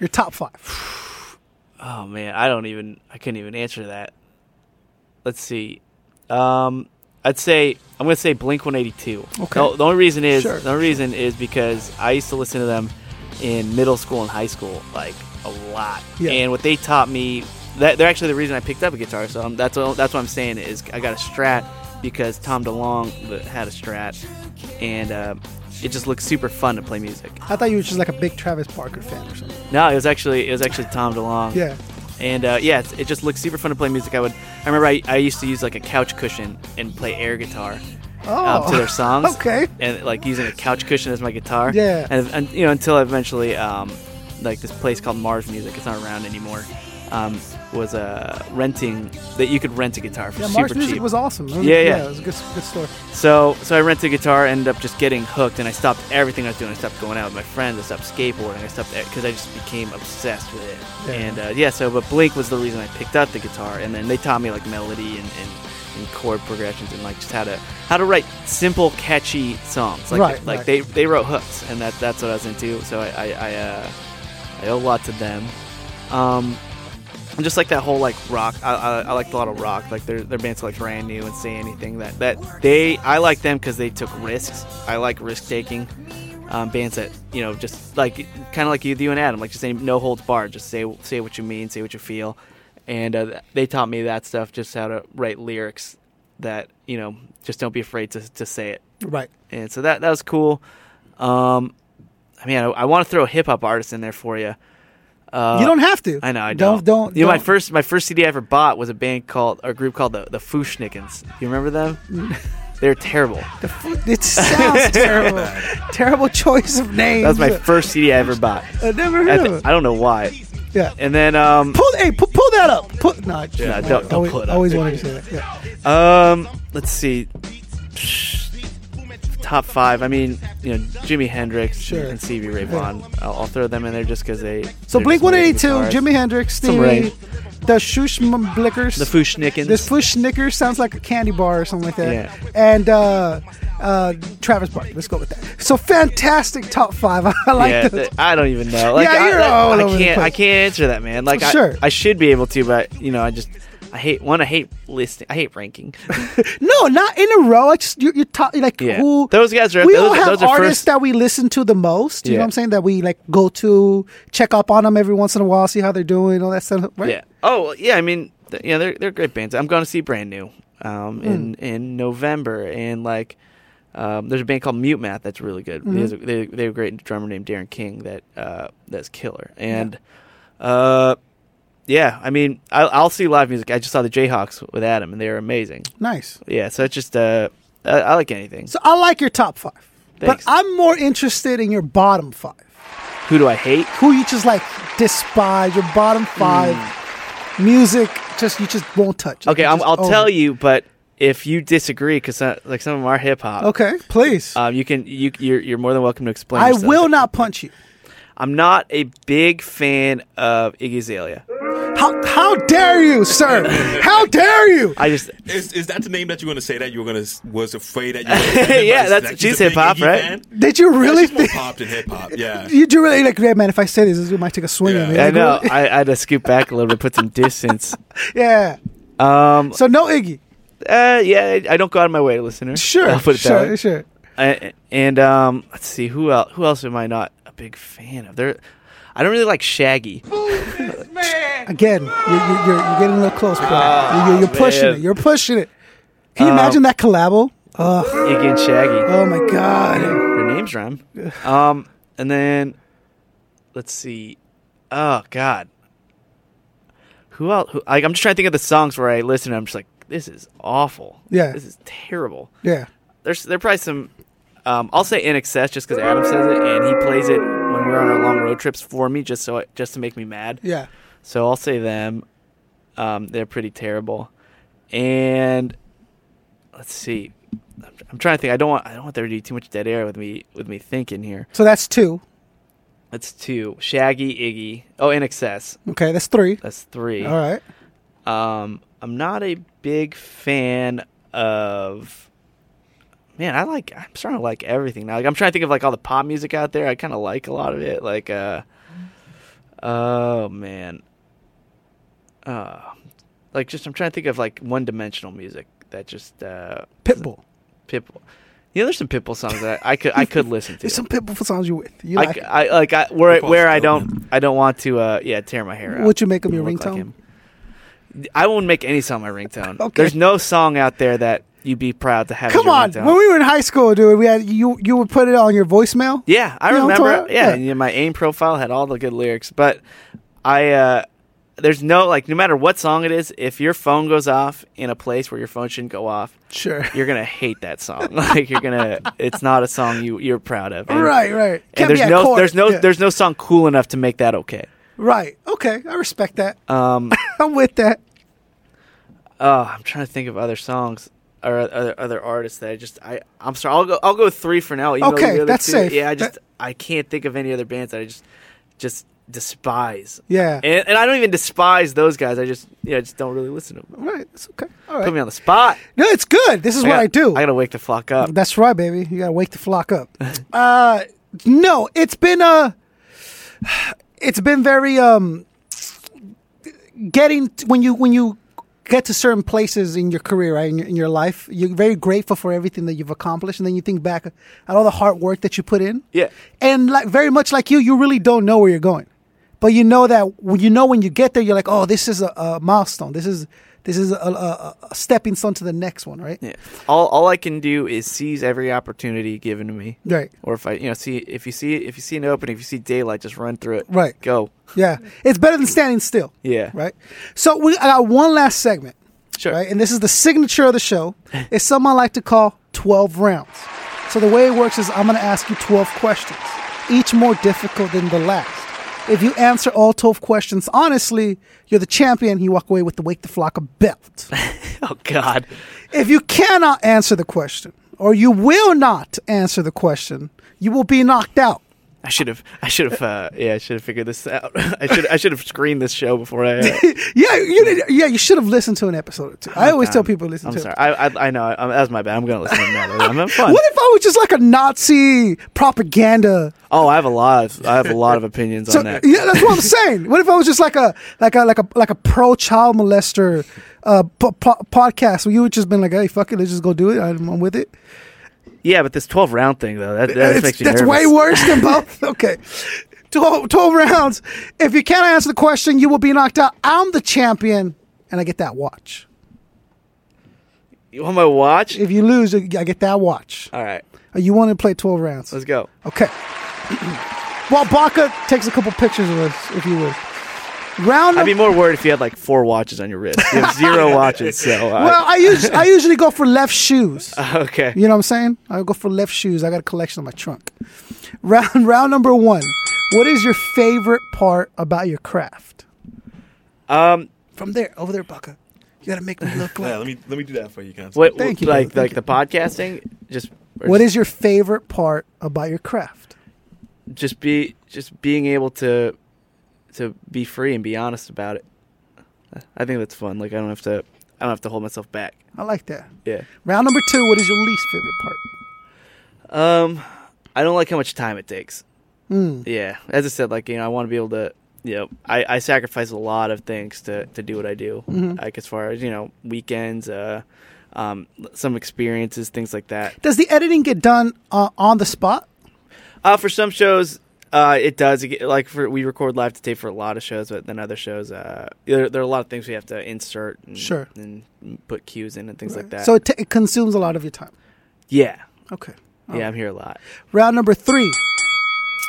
B: Your top five.
E: Oh man, I don't even I couldn't even answer that. Let's see. Um I'd say I'm gonna say Blink one eighty two.
B: Okay.
E: The, the only reason is
B: Sure.
E: the only reason is because I used to listen to them in middle school and high school like a lot.
B: Yeah.
E: And what they taught me that they're actually the reason I picked up a guitar. So I'm, that's what, that's what I'm saying is I got a Strat because Tom DeLonge the- had a Strat, and uh, it just looked super fun to play music.
B: I thought you were just like a big Travis Barker fan or something.
E: No, it was actually it was actually Tom DeLonge
B: Yeah.
E: and uh, yeah, it's, it just looks super fun to play music. I would, I remember I, I used to use like a couch cushion and play air guitar um,
B: Oh.
E: to their songs.
B: Okay.
E: and like using a couch cushion as my guitar.
B: Yeah.
E: and, and you know until eventually, um, like this place called Mars Music, it's not around anymore. Um, was uh, renting that you could rent a guitar for
B: Yeah,
E: super
B: Marsh
E: cheap.
B: Music was awesome. It was-
E: Yeah, yeah.
B: It was a good, good story.
E: So, so I rented a guitar, ended up just getting hooked, and I stopped everything I was doing. I stopped going out with my friends. I stopped skateboarding. I stopped because I just became obsessed with it.
B: Yeah.
E: And uh, yeah, so but Blink was the reason I picked up the guitar, and then they taught me like melody and, and, and chord progressions and like just how to how to write simple, catchy songs. Like
B: Right,
E: like
B: right.
E: they they wrote hooks, and that that's what I was into. So I I I, uh, I owe a lot to them. Um, and just like that whole like rock I, I, I liked a lot of rock like their, their bands like brand new and say anything that that they i like them because they took risks i like risk taking um, bands that you know just like kind of like you, you and adam like just say no holds barred just say say what you mean say what you feel and uh, they taught me that stuff just how to write lyrics that you know just don't be afraid to, to say it
B: Right.
E: and so that that was cool um i mean i, I want to throw a hip-hop artist in there for you uh,
B: you don't have to.
E: I know. I
B: Don't.
E: don't.
B: Don't.
E: You know, my
B: don't.
E: first my first CD I ever bought was a band called or a group called the the Fushnikins. You remember them? They're terrible.
B: It sounds terrible. terrible choice of names.
E: That was my first CD I ever bought.
B: I never
E: I,
B: heard
E: th-
B: of it.
E: I don't know why.
B: Yeah.
E: And then um
B: Pull, hey, pu- pull that up. Pull, no, I-
E: Yeah,
B: I
E: don't- don't
B: always,
E: pull it up.
B: always wanted to say that. Yeah.
E: um let's see. Top five. I mean, you know, Jimi Hendrix
B: Sure.
E: and Stevie Ray Vaughan. I'll, I'll throw them in there just because they.
B: So
E: they're
B: Blink
E: just
B: 182,
E: amazing guitarists.
B: Jimi Hendrix,
E: Some rain.
B: Stevie, The Schuschmblickers.
E: The Fushnikins.
B: This Fush Snickers sounds like a candy bar or something like that.
E: Yeah.
B: And uh, uh, Travis Barker. Let's go with that. So fantastic top five. I like
E: yeah,
B: that.
E: th- I don't even know. Like,
B: Yeah,
E: I,
B: you're
E: like,
B: all
E: I
B: over the
E: can't. I
B: place.
E: can't answer that, man. Like,
B: Sure.
E: I, I should be able to, but you know, I just, I hate. One, I hate listing. I hate ranking.
B: No, not in a row. I just you're, you're ta- like
E: Yeah.
B: who
E: Those guys are-
B: We
E: those-
B: all have
E: those are
B: artists
E: first-
B: that we listen to the most. You know
E: Yeah.
B: what I'm saying? That we like go to check up on them every once in a while, see how they're doing, all that stuff. Right?
E: yeah. Oh, well, yeah. I mean, th- yeah, they're they're great bands. I'm going to see Brand New um,
B: Hmm.
E: in in November, and like, um, there's a band called Mute Math that's really good.
B: Mm-hmm.
E: There's a- They, they have a great drummer named Darren King that uh, that's killer. And uh, yeah, I mean, I, I'll see live music. I just saw the Jayhawks with Adam, and they were amazing.
B: Nice.
E: Yeah, so it's just uh, I, I like anything.
B: So I like your top five,
E: Thanks.
B: but I'm more interested in your bottom five.
E: Who do I hate?
B: Who you just like despise? Your bottom
E: Hmm.
B: five music, just you just won't touch.
E: Okay,
B: You
E: I'm,
B: just
E: I'll
B: own
E: tell
B: it.
E: you, but if you disagree, because like some of them are hip hop.
B: Okay, please.
E: Um, you can you you're, you're more than welcome to explain.
B: I
E: yourself.
B: will not punch you.
E: I'm not a big fan of Iggy Azalea.
B: How how dare you, sir? how dare you?
E: I just
D: Is, is that the name that you were going to say that you were going to was afraid that you were gonna offend
E: Yeah,
D: everybody?
E: that's-
D: Like,
E: she's
D: a big
E: hip-hop,
D: Iggy
E: right?
D: fan?
B: Did you really
D: She's more
B: think?
D: popped in hip hop. Yeah.
B: You do really like, yeah, man. If I say this, this dude might take a swing at me.
E: I
B: Like,
E: know
B: what-
E: I, I had to scoot back a little bit, put some distance.
B: yeah.
E: Um,
B: So no Iggy.
E: uh, yeah, I, I don't go out of my way to listen to her.
B: Sure.
E: I'll put it
B: sure.
E: that way.
B: Sure.
E: I, and um, let's see who else. Who else am I not a big fan of? There, I don't really like Shaggy.
B: Again, you're, you're, you're, you're getting a little close, bro. you're, you're pushing
E: Ah, man. Um,
B: it. You're pushing it. Can you imagine that collabo? Ugh.
E: Iggy and Shaggy.
B: oh my god.
E: Their names rhyme. Um, and then let's see. Oh God, who else? Who, like, I'm just trying to think of the songs where I listen. and I'm just like, this is awful.
B: Yeah.
E: this is terrible.
B: Yeah.
E: There's there are probably some. Um, I'll say in excess just because Adam says it and he plays it when we're on our long road trips for me, just so I, just to make me mad.
B: Yeah.
E: So I'll say them. Um, they're pretty terrible. And let's see. I'm, I'm trying to think. I don't want. I don't want there to be too much dead air with me. With me thinking here.
B: So that's two.
E: That's two. Shaggy, Iggy. Oh, in excess.
B: Okay, that's three.
E: That's three.
B: All right.
E: Um, I'm not a big fan of. Man, I like. I'm starting to like everything now. Like, I'm trying to think of like all the pop music out there. I kind of like a lot of it. Like, uh, oh man, uh, like just I'm trying to think of like one dimensional music that just uh,
B: Pitbull.
E: Pitbull. You know, there's some Pitbull songs that I could I could listen to.
B: There's some Pitbull songs you with. You
E: I,
B: like it.
E: I like I where
D: Football's
E: where I
D: dope,
E: don't I don't want to uh yeah tear my hair out.
B: Would you make him your
E: Look
B: ringtone?
E: him. I won't make any song my ringtone.
B: Okay.
E: There's no song out there that you'd be proud to have. as
B: Come
E: your
B: on.
E: ringtone.
B: When we were in high school, dude, we had you you would put it on your voicemail.
E: yeah, I
B: You know what I'm
E: remember.
B: talking
E: Yeah,
B: about?
E: and, you know, my AIM profile had all the good lyrics, but I uh there's no like no matter what song it is, if your phone goes off in a place where your phone shouldn't go off,
B: Sure.
E: you're gonna hate that song. like you're gonna, it's not a song you you're proud of. And-
B: Right, right.
E: And
B: Can't be
E: there's
B: a
E: no
B: chord.
E: there's no
B: Yeah.
E: there's no song cool enough to make that okay.
B: Right. Okay. I respect that.
E: Um,
B: I'm with that.
E: oh, I'm trying to think of other songs or other other artists that I just I I'm sorry. I'll go I'll go with three for now. Even though
B: Okay,
E: the other
B: that's
E: two,
B: safe.
E: Yeah, I
B: That-
E: just I can't think of any other bands that I just just despise.
B: Yeah.
E: and, and I don't even despise those guys. I just yeah, I just don't really listen to them.
B: Right. It's okay. All right.
E: Put me on the spot.
B: No, it's good. This is what
E: got-
B: I do.
E: I gotta wake the flock up.
B: That's right, baby. You gotta wake the flock up. uh, no, it's been a, it's been very um, getting when you when you get to certain places in your career, right, in your, in your life, you're very grateful for everything that you've accomplished, and then you think back at all the hard work that you put in.
E: Yeah.
B: and like very much like you, you really don't know where you're going, but you know that when you know when you get there, you're like, oh, this is a, a milestone. This is this is a, a, a stepping stone to the next one, right?
E: Yeah. All all I can do is seize every opportunity given to me.
B: Right.
E: Or if I you know see if you see if you see an opening, if you see daylight, just run through it.
B: Right.
E: Go.
B: Yeah, it's better than standing still.
E: Yeah.
B: Right. So we I got one last segment.
E: Sure.
B: Right, and this is the signature of the show. It's something I like to call twelve rounds. So the way it works is I'm going to ask you twelve questions, each more difficult than the last. If you answer all twelve questions honestly, you're the champion. You walk away with the Wake the Flock belt.
E: Oh God.
B: If you cannot answer the question, or you will not answer the question, you will be knocked out.
E: I should have. I should have. Uh, yeah, I should have figured this out. I should. I should have screened this show before I. Uh,
B: Yeah, you did, yeah, you should have listened to an episode or two. I always tell people listen
E: Oh, I'm
B: to.
E: sorry. I, I, I know. I, that's my bad. I'm gonna listen to that. I'm having fun.
B: What if I was just like a Nazi propaganda?
E: oh, I have a lot. Of, I have a lot of opinions
B: So
E: on that.
B: yeah, that's what I'm saying. What if I was just like a like a like a like a pro child molester uh, po- po- podcast? Where you would just been like, hey, fuck it, let's just go do it. I'm, I'm with it.
E: Yeah, but this 12 round thing though. That, that
B: It's-
E: just makes you
B: that's
E: nervous.
B: way worse than both. Okay. 12, 12 rounds. If you can't answer the question, you will be knocked out. I'm the champion, and I get that watch.
E: You want my watch?
B: If you lose, I get that watch. Uh,
E: All right,
B: You want to play 12 rounds.
E: let's go.
B: Okay. well, Baca takes a couple pictures of us, if you would. Round
E: I'd
B: number.
E: be more worried if you had like four watches on your wrist. You have zero watches, so uh,
B: well, I, us- I usually go for left shoes.
E: okay.
B: You know what I'm saying? I go for left shoes. I got a collection in my trunk. Round round number one. What is your favorite part about your craft?
E: Um,
B: From there, over there, Baca. You gotta make me look
D: Yeah,
B: like.
D: let me let me do that for you, Constance.
E: what?
B: Thank you,
E: Like
B: brother.
E: like the podcasting? Just or
B: What
E: just-
B: is your favorite part about your craft?
E: just be just being able to to be free and be honest about it. I think that's fun. Like I don't have to I don't have to hold myself back.
B: I like that.
E: Yeah.
B: Round number two. What is your least favorite part?
E: Um, I don't like how much time it takes. Yeah, as I said, like you know, I want to be able to. You know, I, I sacrifice a lot of things to, to do what I do. Like as far as you know, weekends, uh, um, some experiences, things like that.
B: Does the editing get done uh, on the spot?
E: Uh, for some shows, uh, it does. It get- like for we record live to tape for a lot of shows, but then other shows, uh, there, there are a lot of things we have to insert, and,
B: Sure.
E: and put cues in and things like that.
B: So it, t- it consumes a lot of your time.
E: yeah,
B: Okay.
E: yeah, I'm here a lot.
B: Round number three.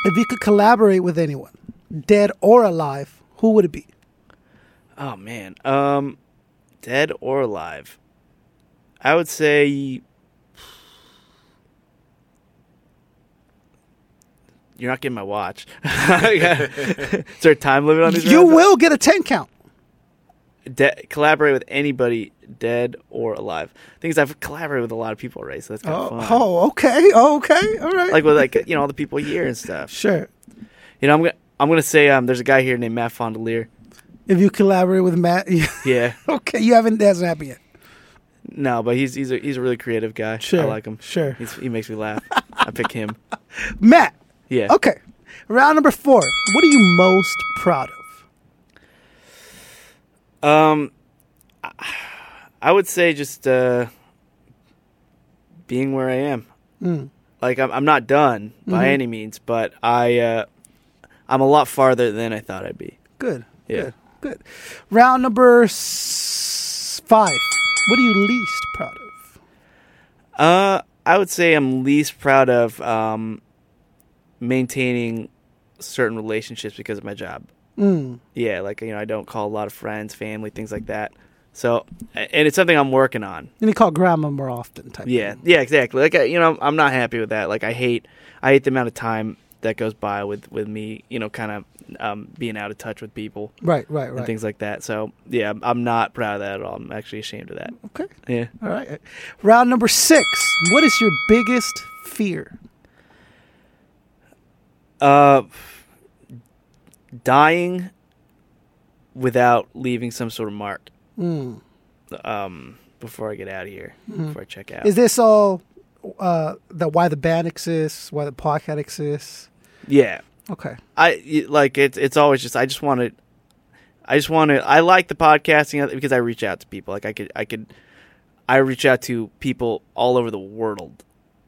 B: If you could collaborate with anyone, dead or alive, who would it be?
E: Oh man, um, dead or alive, I would say you're not getting my watch. Is there a time limit on these?
B: You
E: rounds?
B: will get a 10 count.
E: De- collaborate with anybody, dead or alive. Things I've collaborated with a lot of people already, so that's kind of fun.
B: Oh, okay. Oh, okay. All right.
E: Like with like you know all the people here and stuff.
B: sure.
E: You know I'm gonna I'm gonna say um there's a guy here named Matt Fondelier.
B: If you collaborate with Matt, you-
E: Yeah,
B: okay, you haven't, that hasn't happened yet.
E: no, but he's he's a he's a really creative guy. I
B: Sure,
E: like him.
B: sure.
E: he's, he makes me laugh. I pick him.
B: Matt.
E: Yeah.
B: Okay. Round number four. What are you most proud of?
E: Um, I- I would say just uh, being where I am.
B: Hmm.
E: Like I'm, I'm not done
B: Mm-hmm.
E: by any means, but I uh, I'm a lot farther than I thought I'd be.
B: Good.
E: Yeah.
B: Good. Good. Round number s- five. What are you least proud of?
E: Uh, I would say I'm least proud of um, maintaining certain relationships because of my job. Mm. Yeah, like you know, I don't call a lot of friends, family, things like that. So, a- and it's something I'm working on.
B: And you call grandma more often. Type
E: Yeah, yeah, exactly. Like I, you know, I'm not happy with that. Like I hate, I hate the amount of time that goes by with with me, you know, kind of um, being out of touch with people
B: Right, right, right.
E: and things like that. So yeah, I'm- I'm not proud of that at all. I'm actually ashamed of that.
B: Okay.
E: Yeah,
B: All right. Round number six. What is your biggest fear?
E: uh, dying without leaving some sort of mark. Um, before I get out of here, before I check out.
B: Is this all uh, the why the band exists, why the podcast exists?
E: yeah.
B: Okay.
E: I y- like it's it's always just I just want to I just want to I like the podcasting because I reach out to people like I could I could I reach out to people all over the world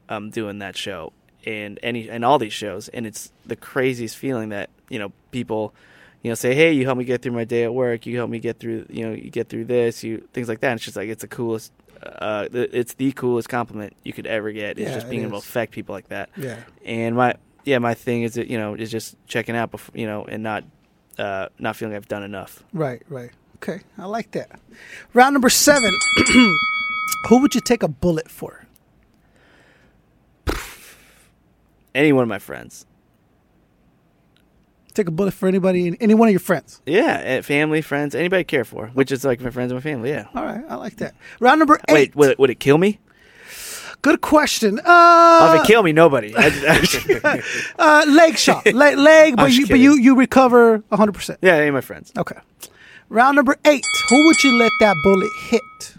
E: um doing that show and any and all these shows and it's the craziest feeling that you know people you know say hey you helped me get through my day at work you helped me get through you know you get through this you things like that and it's just like it's the coolest uh th- it's the coolest compliment you could ever get it's
B: Yeah,
E: just
B: it
E: being able
B: is.
E: to affect people like that
B: Yeah.
E: and my yeah my thing is that you know is just checking out before you know and not uh not feeling i've done enough
B: Right, right. Okay. I like that. Round number seven. Who would you take a bullet for?
E: any one of my friends
B: Take a bullet for anybody, any one of your friends.
E: yeah eh, family friends anybody I care for which is like my friends and my family yeah
B: All right. I like that. Round number eight.
E: wait would it, would it kill me
B: Good question.
E: Oh, if
B: Uh,
E: they kill me, nobody. yeah,
B: uh, leg shot, leg, leg but,
E: was
B: you, but
E: kidding.
B: you you recover 100. percent
E: they ain't my friends.
B: Okay. Round number eight. Who would you let that bullet hit?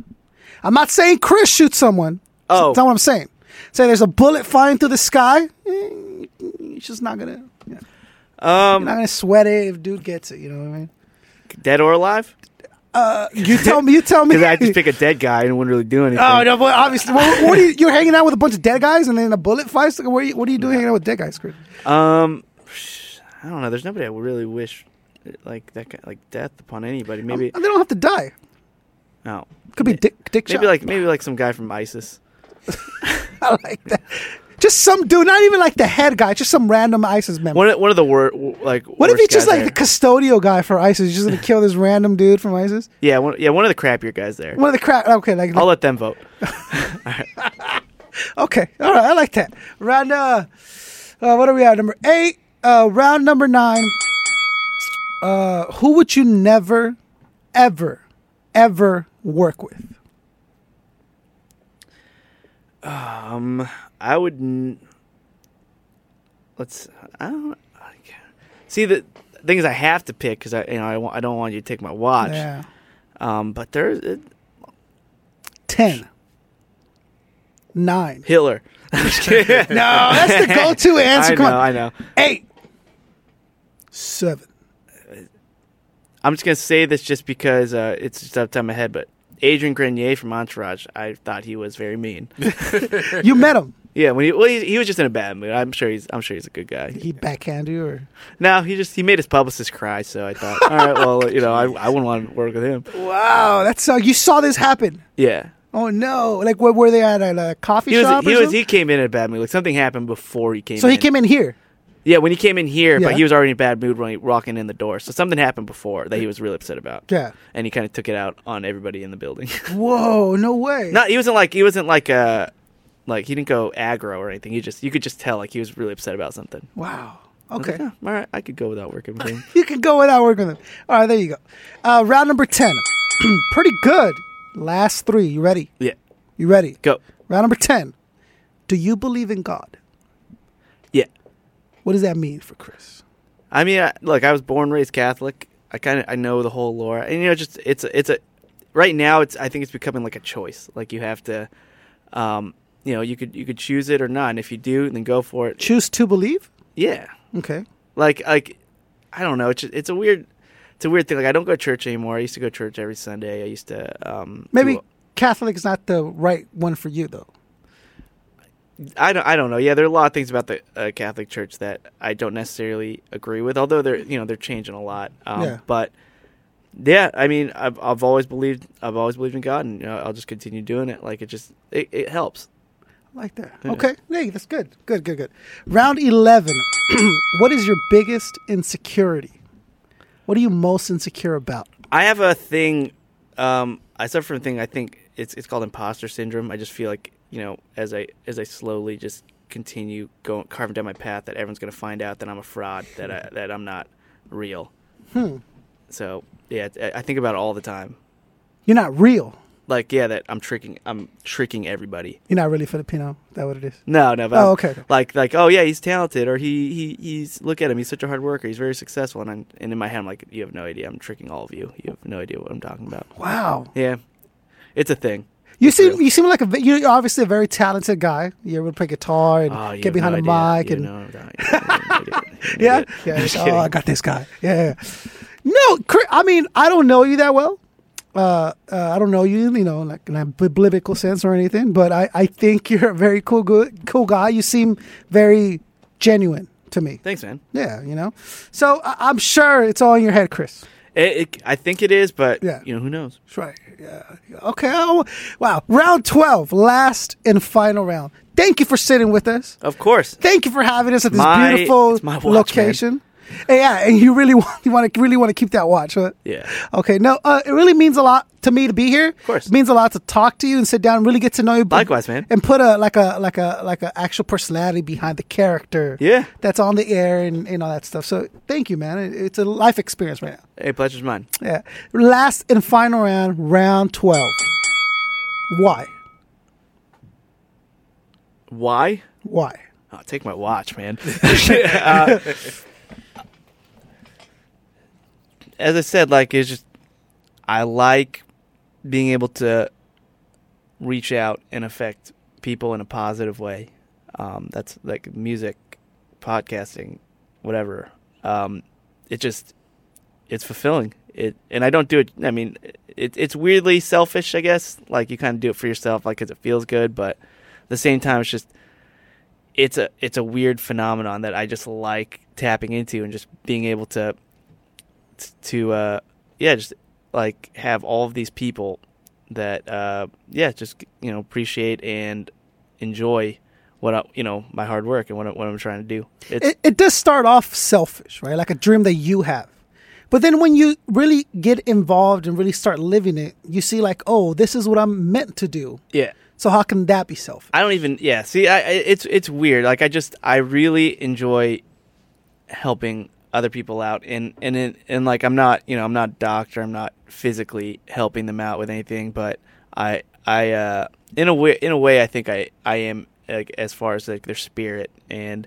B: I'm not saying Chris shoots someone.
E: Oh.
B: That's not what I'm saying. Say there's a bullet flying through the sky. eh, You're just not gonna. you know,
E: Um,
B: You're not gonna sweat it if dude gets it. You know what I mean?
E: Dead or alive?
B: You tell me. You tell me.
E: Because I just pick a dead guy and wouldn't really do anything.
B: Oh no! But obviously, what, what are you, you're hanging out with a bunch of dead guys, and then a bullet flies. Like, What are you, what are you doing hanging out with dead guys, Chris?
E: Um, I don't know. There's nobody I would really wish eh, like that guy, like death upon anybody. Maybe
B: They don't have to die.
E: no.
B: Could be dick, dick
E: Maybe
B: shot.
E: like maybe like some guy from ISIS.
B: I like that. Just some dude, not even like the head guy, just some random ISIS member.
E: One of- one of the wor- like.
B: What if
E: worst
B: he's just
E: guys
B: like the
E: there.
B: custodial guy for ISIS? He's just gonna kill this random dude from ISIS?
E: yeah one, yeah one of the crappier guys there.
B: One of the crap. Okay, like
E: I'll let them vote.
B: okay, all right, I like that. Round. Uh, uh, what are we at? Number eight. Uh, round number nine. Uh, who would you never, ever, ever work with?
E: I would. N- Let's. I don't. I can't- See the thing is, I have to pick because I you know I, want, I don't want you to take my watch.
B: Yeah,
E: Um, but there's it,
B: ten. Nine.
E: Hitler. I'm just
B: No,
E: kidding.
B: that's the go-to answer.
E: I know.
B: Come on.
E: I know.
B: Eight. Seven.
E: I'm just gonna say this just because uh, it's just up top of my head, but Adrian Grenier from Entourage, I thought he was very mean.
B: You met him.
E: yeah, when he well, he, he was just in a bad mood. I'm sure he's I'm sure he's a good guy.
B: He backhanded you, or
E: no, he just he made his publicist cry, so I thought, all right, well, you know, I, I wouldn't want to work with him.
B: wow, that's uh, you saw this happen.
E: Yeah,
B: Oh no! Like where were they at a, a coffee
E: he was
B: shop?
E: he
B: or
E: was
B: something?
E: he came in in a bad mood. Like something happened before he came.
B: so
E: in.
B: he came in here.
E: Yeah, when he came in here,
B: Yeah.
E: but he was already in a bad mood when he walking in the door. So something happened before that he was really upset about.
B: Yeah.
E: and he kind of took it out on everybody in the building.
B: Whoa! No way.
E: Not he wasn't like he wasn't like uh like he didn't go aggro or anything. He just you could just tell like he was really upset about something.
B: wow. Okay,
E: Huh, all right, I could go without working with him.
B: you can go without working with him. All right, there you go. Uh, round number ten. Pretty good. Last three. You ready?
E: yeah,
B: You ready?
E: go.
B: Round number ten. Do you believe in God?
E: Yeah,
B: What does that mean for Chris?
E: I mean, I, look, I was born raised Catholic. I kind of I know the whole lore, and you know, just it's a, it's a right now. It's I think it's becoming like a choice. Like you have to, um, you know, you could you could choose it or not. And if you do, then go for it.
B: Choose to believe.
E: Yeah,
B: Okay.
E: like like I don't know. It's it's a weird it's a weird thing. Like I don't go to church anymore. I used to go to church every Sunday. I used to um
B: Maybe
E: do-
B: Catholic is not the right one for you though.
E: I don't. I don't know. Yeah, there are a lot of things about the uh, Catholic Church that I don't necessarily agree with. Although they're you know they're changing a lot. Um,
B: Yeah.
E: But yeah, I mean, I've I've always believed I've always believed in God, and you know, I'll just continue doing it. Like it just it, it helps.
B: Like that. Okay. Hey, that's good. Good, good, good. Round 11. what is your biggest insecurity? What are you most insecure about?
E: I have a thing. Um, I suffer from a thing. I think it's it's called imposter syndrome. I just feel like you know, as I as I slowly just continue going carving down my path, that everyone's going to find out that I'm a fraud, that I that I'm not real. Hmm. So yeah, I, I think about it all the time.
B: You're not real.
E: Like yeah, that I'm tricking I'm tricking everybody.
B: You're not really Filipino. Is that what it is?
E: No, no. But
B: Oh,
E: I'm-
B: okay.
E: Like like oh yeah, he's talented, or he he he's look at him, he's such a hard worker, he's very successful, and I'm, and in my head I'm like, you have no idea, I'm tricking all of you. You have no idea what I'm talking about.
B: Wow.
E: Yeah, it's a thing.
B: You seem
E: real.
B: you seem like a ve- you're obviously a very talented guy. You're able to play guitar and
E: Oh, you
B: get
E: have
B: behind
E: no
B: a
E: idea.
B: mic
E: You
B: and
E: know, no, you- you- you-
B: yeah,
E: you-
B: yeah.
E: I'm
B: it's,
E: just
B: oh,
E: kidding.
B: I got this guy. Yeah. yeah. No, Chri- I mean I don't know you that well. Uh, uh, I don't know you, you know, like in a bi- biblical sense or anything. But I, I think you're a very cool, good, cool guy. You seem very genuine to me.
E: Thanks, man.
B: Yeah, you know. So I, I'm sure it's all in your head, Chris.
E: It, it, I think it is, but
B: Yeah.
E: you know who knows.
B: That's right. Yeah. Okay. Oh, wow. Round twelve, last and final round. Thank you for sitting with us.
E: Of course.
B: Thank you for having us at this
E: My-
B: beautiful
E: it's my watch,
B: location. And yeah, and you really want you want to really want to keep that watch, huh?
E: Yeah.
B: Okay. No, uh, it really means a lot to me to be here. Of
E: course.
B: it means a lot to talk to you and sit down and really get to know you. but-
E: Likewise, man.
B: And put a like a like a like a actual personality behind the character.
E: Yeah.
B: That's on the air and, and all that stuff. So thank you, man. It- It's a life experience right now.
E: Hey, pleasure's mine.
B: Yeah. Last and final round, round 12. Why?
E: Why?
B: Why?
E: Oh, take my watch, man. Uh, as I said, like it's just I like being able to reach out and affect people in a positive way. Um, that's like music, podcasting, whatever. Um, it just it's fulfilling. It and I don't do it. I mean, it, it's weirdly selfish, I guess. Like you kind of do it for yourself, like because it feels good. But at the same time, it's just it's a it's a weird phenomenon that I just like tapping into and just being able to to uh yeah just like have all of these people that uh yeah just you know appreciate and enjoy what I, you know my hard work and what, I, what I'm trying to do. It's
B: It, it does start off selfish, right? Like a dream that you have. But then when you really get involved and really start living it, you see, like, oh, this is what I'm meant to do.
E: yeah.
B: So how can that be selfish?
E: I don't even yeah. See, I, I it's it's weird. Like I just I really enjoy helping other people out, and and and, and like I'm not you know I'm not a doctor. I'm not physically helping them out with anything, but I I uh in a way in a way I think I I am like as far as like their spirit and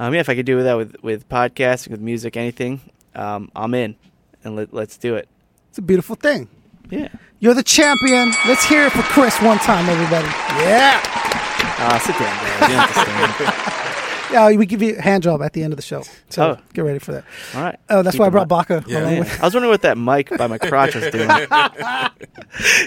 E: um yeah if I could do that with with podcasting with music anything um I'm in and let, let's do it
B: It's a beautiful thing.
E: yeah
B: You're the champion. Let's hear it for Chris one time, everybody. Yeah.
E: uh, sit down guys you don't have to stand.
B: Yeah, we give you a hand job at the end of the show. So
E: Oh.
B: get ready for that.
E: all right
B: Oh, that's
E: Keep
B: why I
E: them
B: brought Baka.
E: up.
B: along
E: Yeah.
B: with-
E: I was wondering what that mic by my crotch was doing.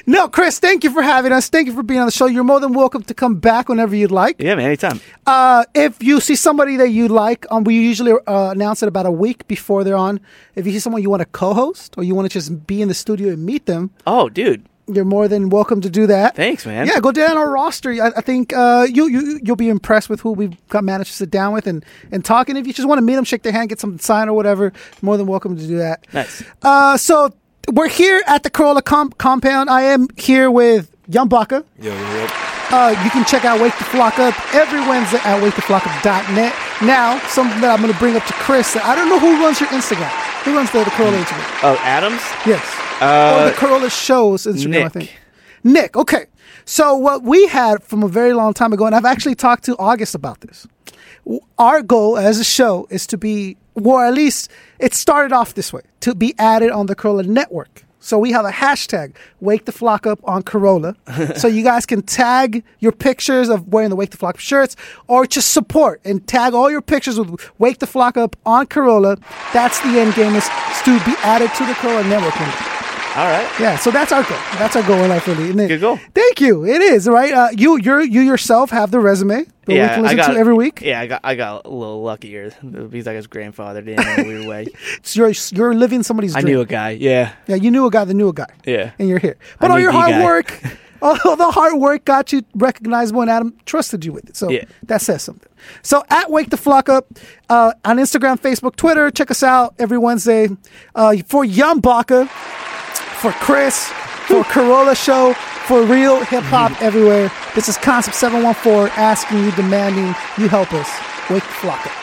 B: No, Chris, thank you for having us. Thank you for being on the show. You're more than welcome to come back whenever you'd like.
E: Yeah, man, anytime.
B: Uh, if you see somebody that you like, um, we usually uh, announce it about a week before they're on. If you see someone you want to co-host or you want to just be in the studio and meet them,
E: Oh, dude,
B: you're more than welcome to do that.
E: thanks, man.
B: Yeah, go down our roster. I, I think uh, you you you'll be impressed with who we've got managed to sit down with and and talk. And if you just want to meet them, shake their hand, get something signed or whatever, more than welcome to do that.
E: Nice.
B: Uh, so we're here at the Corolla comp- compound. I am here with Young Baka.
D: Yo, yo, yo.
B: Uh, you can check out Wake the Flock Up every Wednesday at waketheflockup.net. Now, something that I'm going to bring up to Chris. I don't know who runs your Instagram. Who runs the, the Corolla Instagram?
E: Oh, Adams.
B: Yes. or
E: Uh,
B: the Corolla Show's Instagram, I
E: Nick.
B: think. Nick, okay. So, what we had from a very long time ago, and I've actually talked to August about this. W- Our goal as a show is to be, or at least it started off this way, to be added on the Corolla network. So, we have a hashtag, Wake the Flock Up on Corolla. so, you guys can tag your pictures of wearing the Wake the Flock Up shirts or just support and tag all your pictures with Wake the Flock Up on Corolla. That's the end game is to be added to the Corolla network.
E: all right.
B: Yeah, so that's our goal. That's our goal in life, really. Isn't it?
E: Good goal.
B: Thank you. It is right. Uh, you, you, you yourself have the resume that we can
E: I
B: listen
E: got
B: to every week.
E: Yeah, I got I got a little luckier because I was grandfathered in in a weird way.
B: It's your, you're living somebody's
E: I
B: dream.
E: knew a guy. Yeah,
B: Yeah, you knew a guy that knew a guy.
E: Yeah.
B: and you're here. But
E: I
B: all
E: knew
B: your
E: the
B: hard
E: guy.
B: work, all the hard work got you recognizable, and Adam trusted you with it. So
E: Yeah.
B: that says something. So at Wake the Flock Up uh, on Instagram, Facebook, Twitter. Check us out every Wednesday uh, for Yum Baka, for Chris, for Corolla Show, for real hip hop everywhere. This is Concept Seven One Four asking you, demanding you help us. Wake the Flock Up.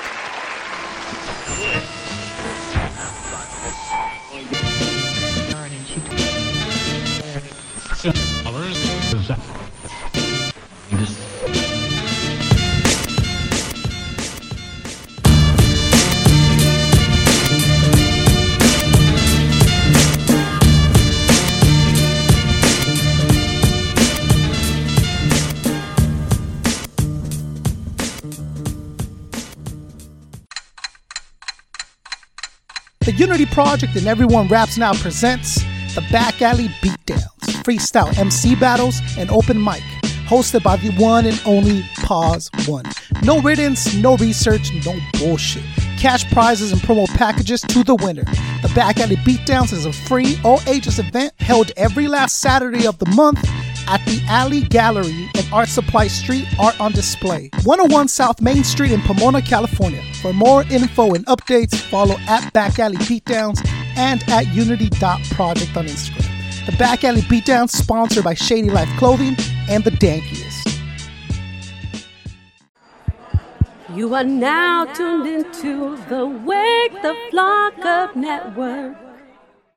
B: The Unity Project and Everyone Raps Now presents the Back Alley Beatdowns, freestyle MC battles, and open mic, hosted by the one and only Pause One. No riddance, no research, no bullshit. Cash prizes and promo packages to the winner. The Back Alley Beatdowns is a free, all ages event held every last Saturday of the month at the Alley Gallery and Art Supply Street Art on Display, 101 South Main Street in Pomona, California. For more info and updates, follow at Back Alley Beatdowns and at Unity.project on Instagram. The Back Alley Beatdowns sponsored by Shady Life Clothing and the Dankiest.
A: You are now tuned into the Wake the Flock Up Network.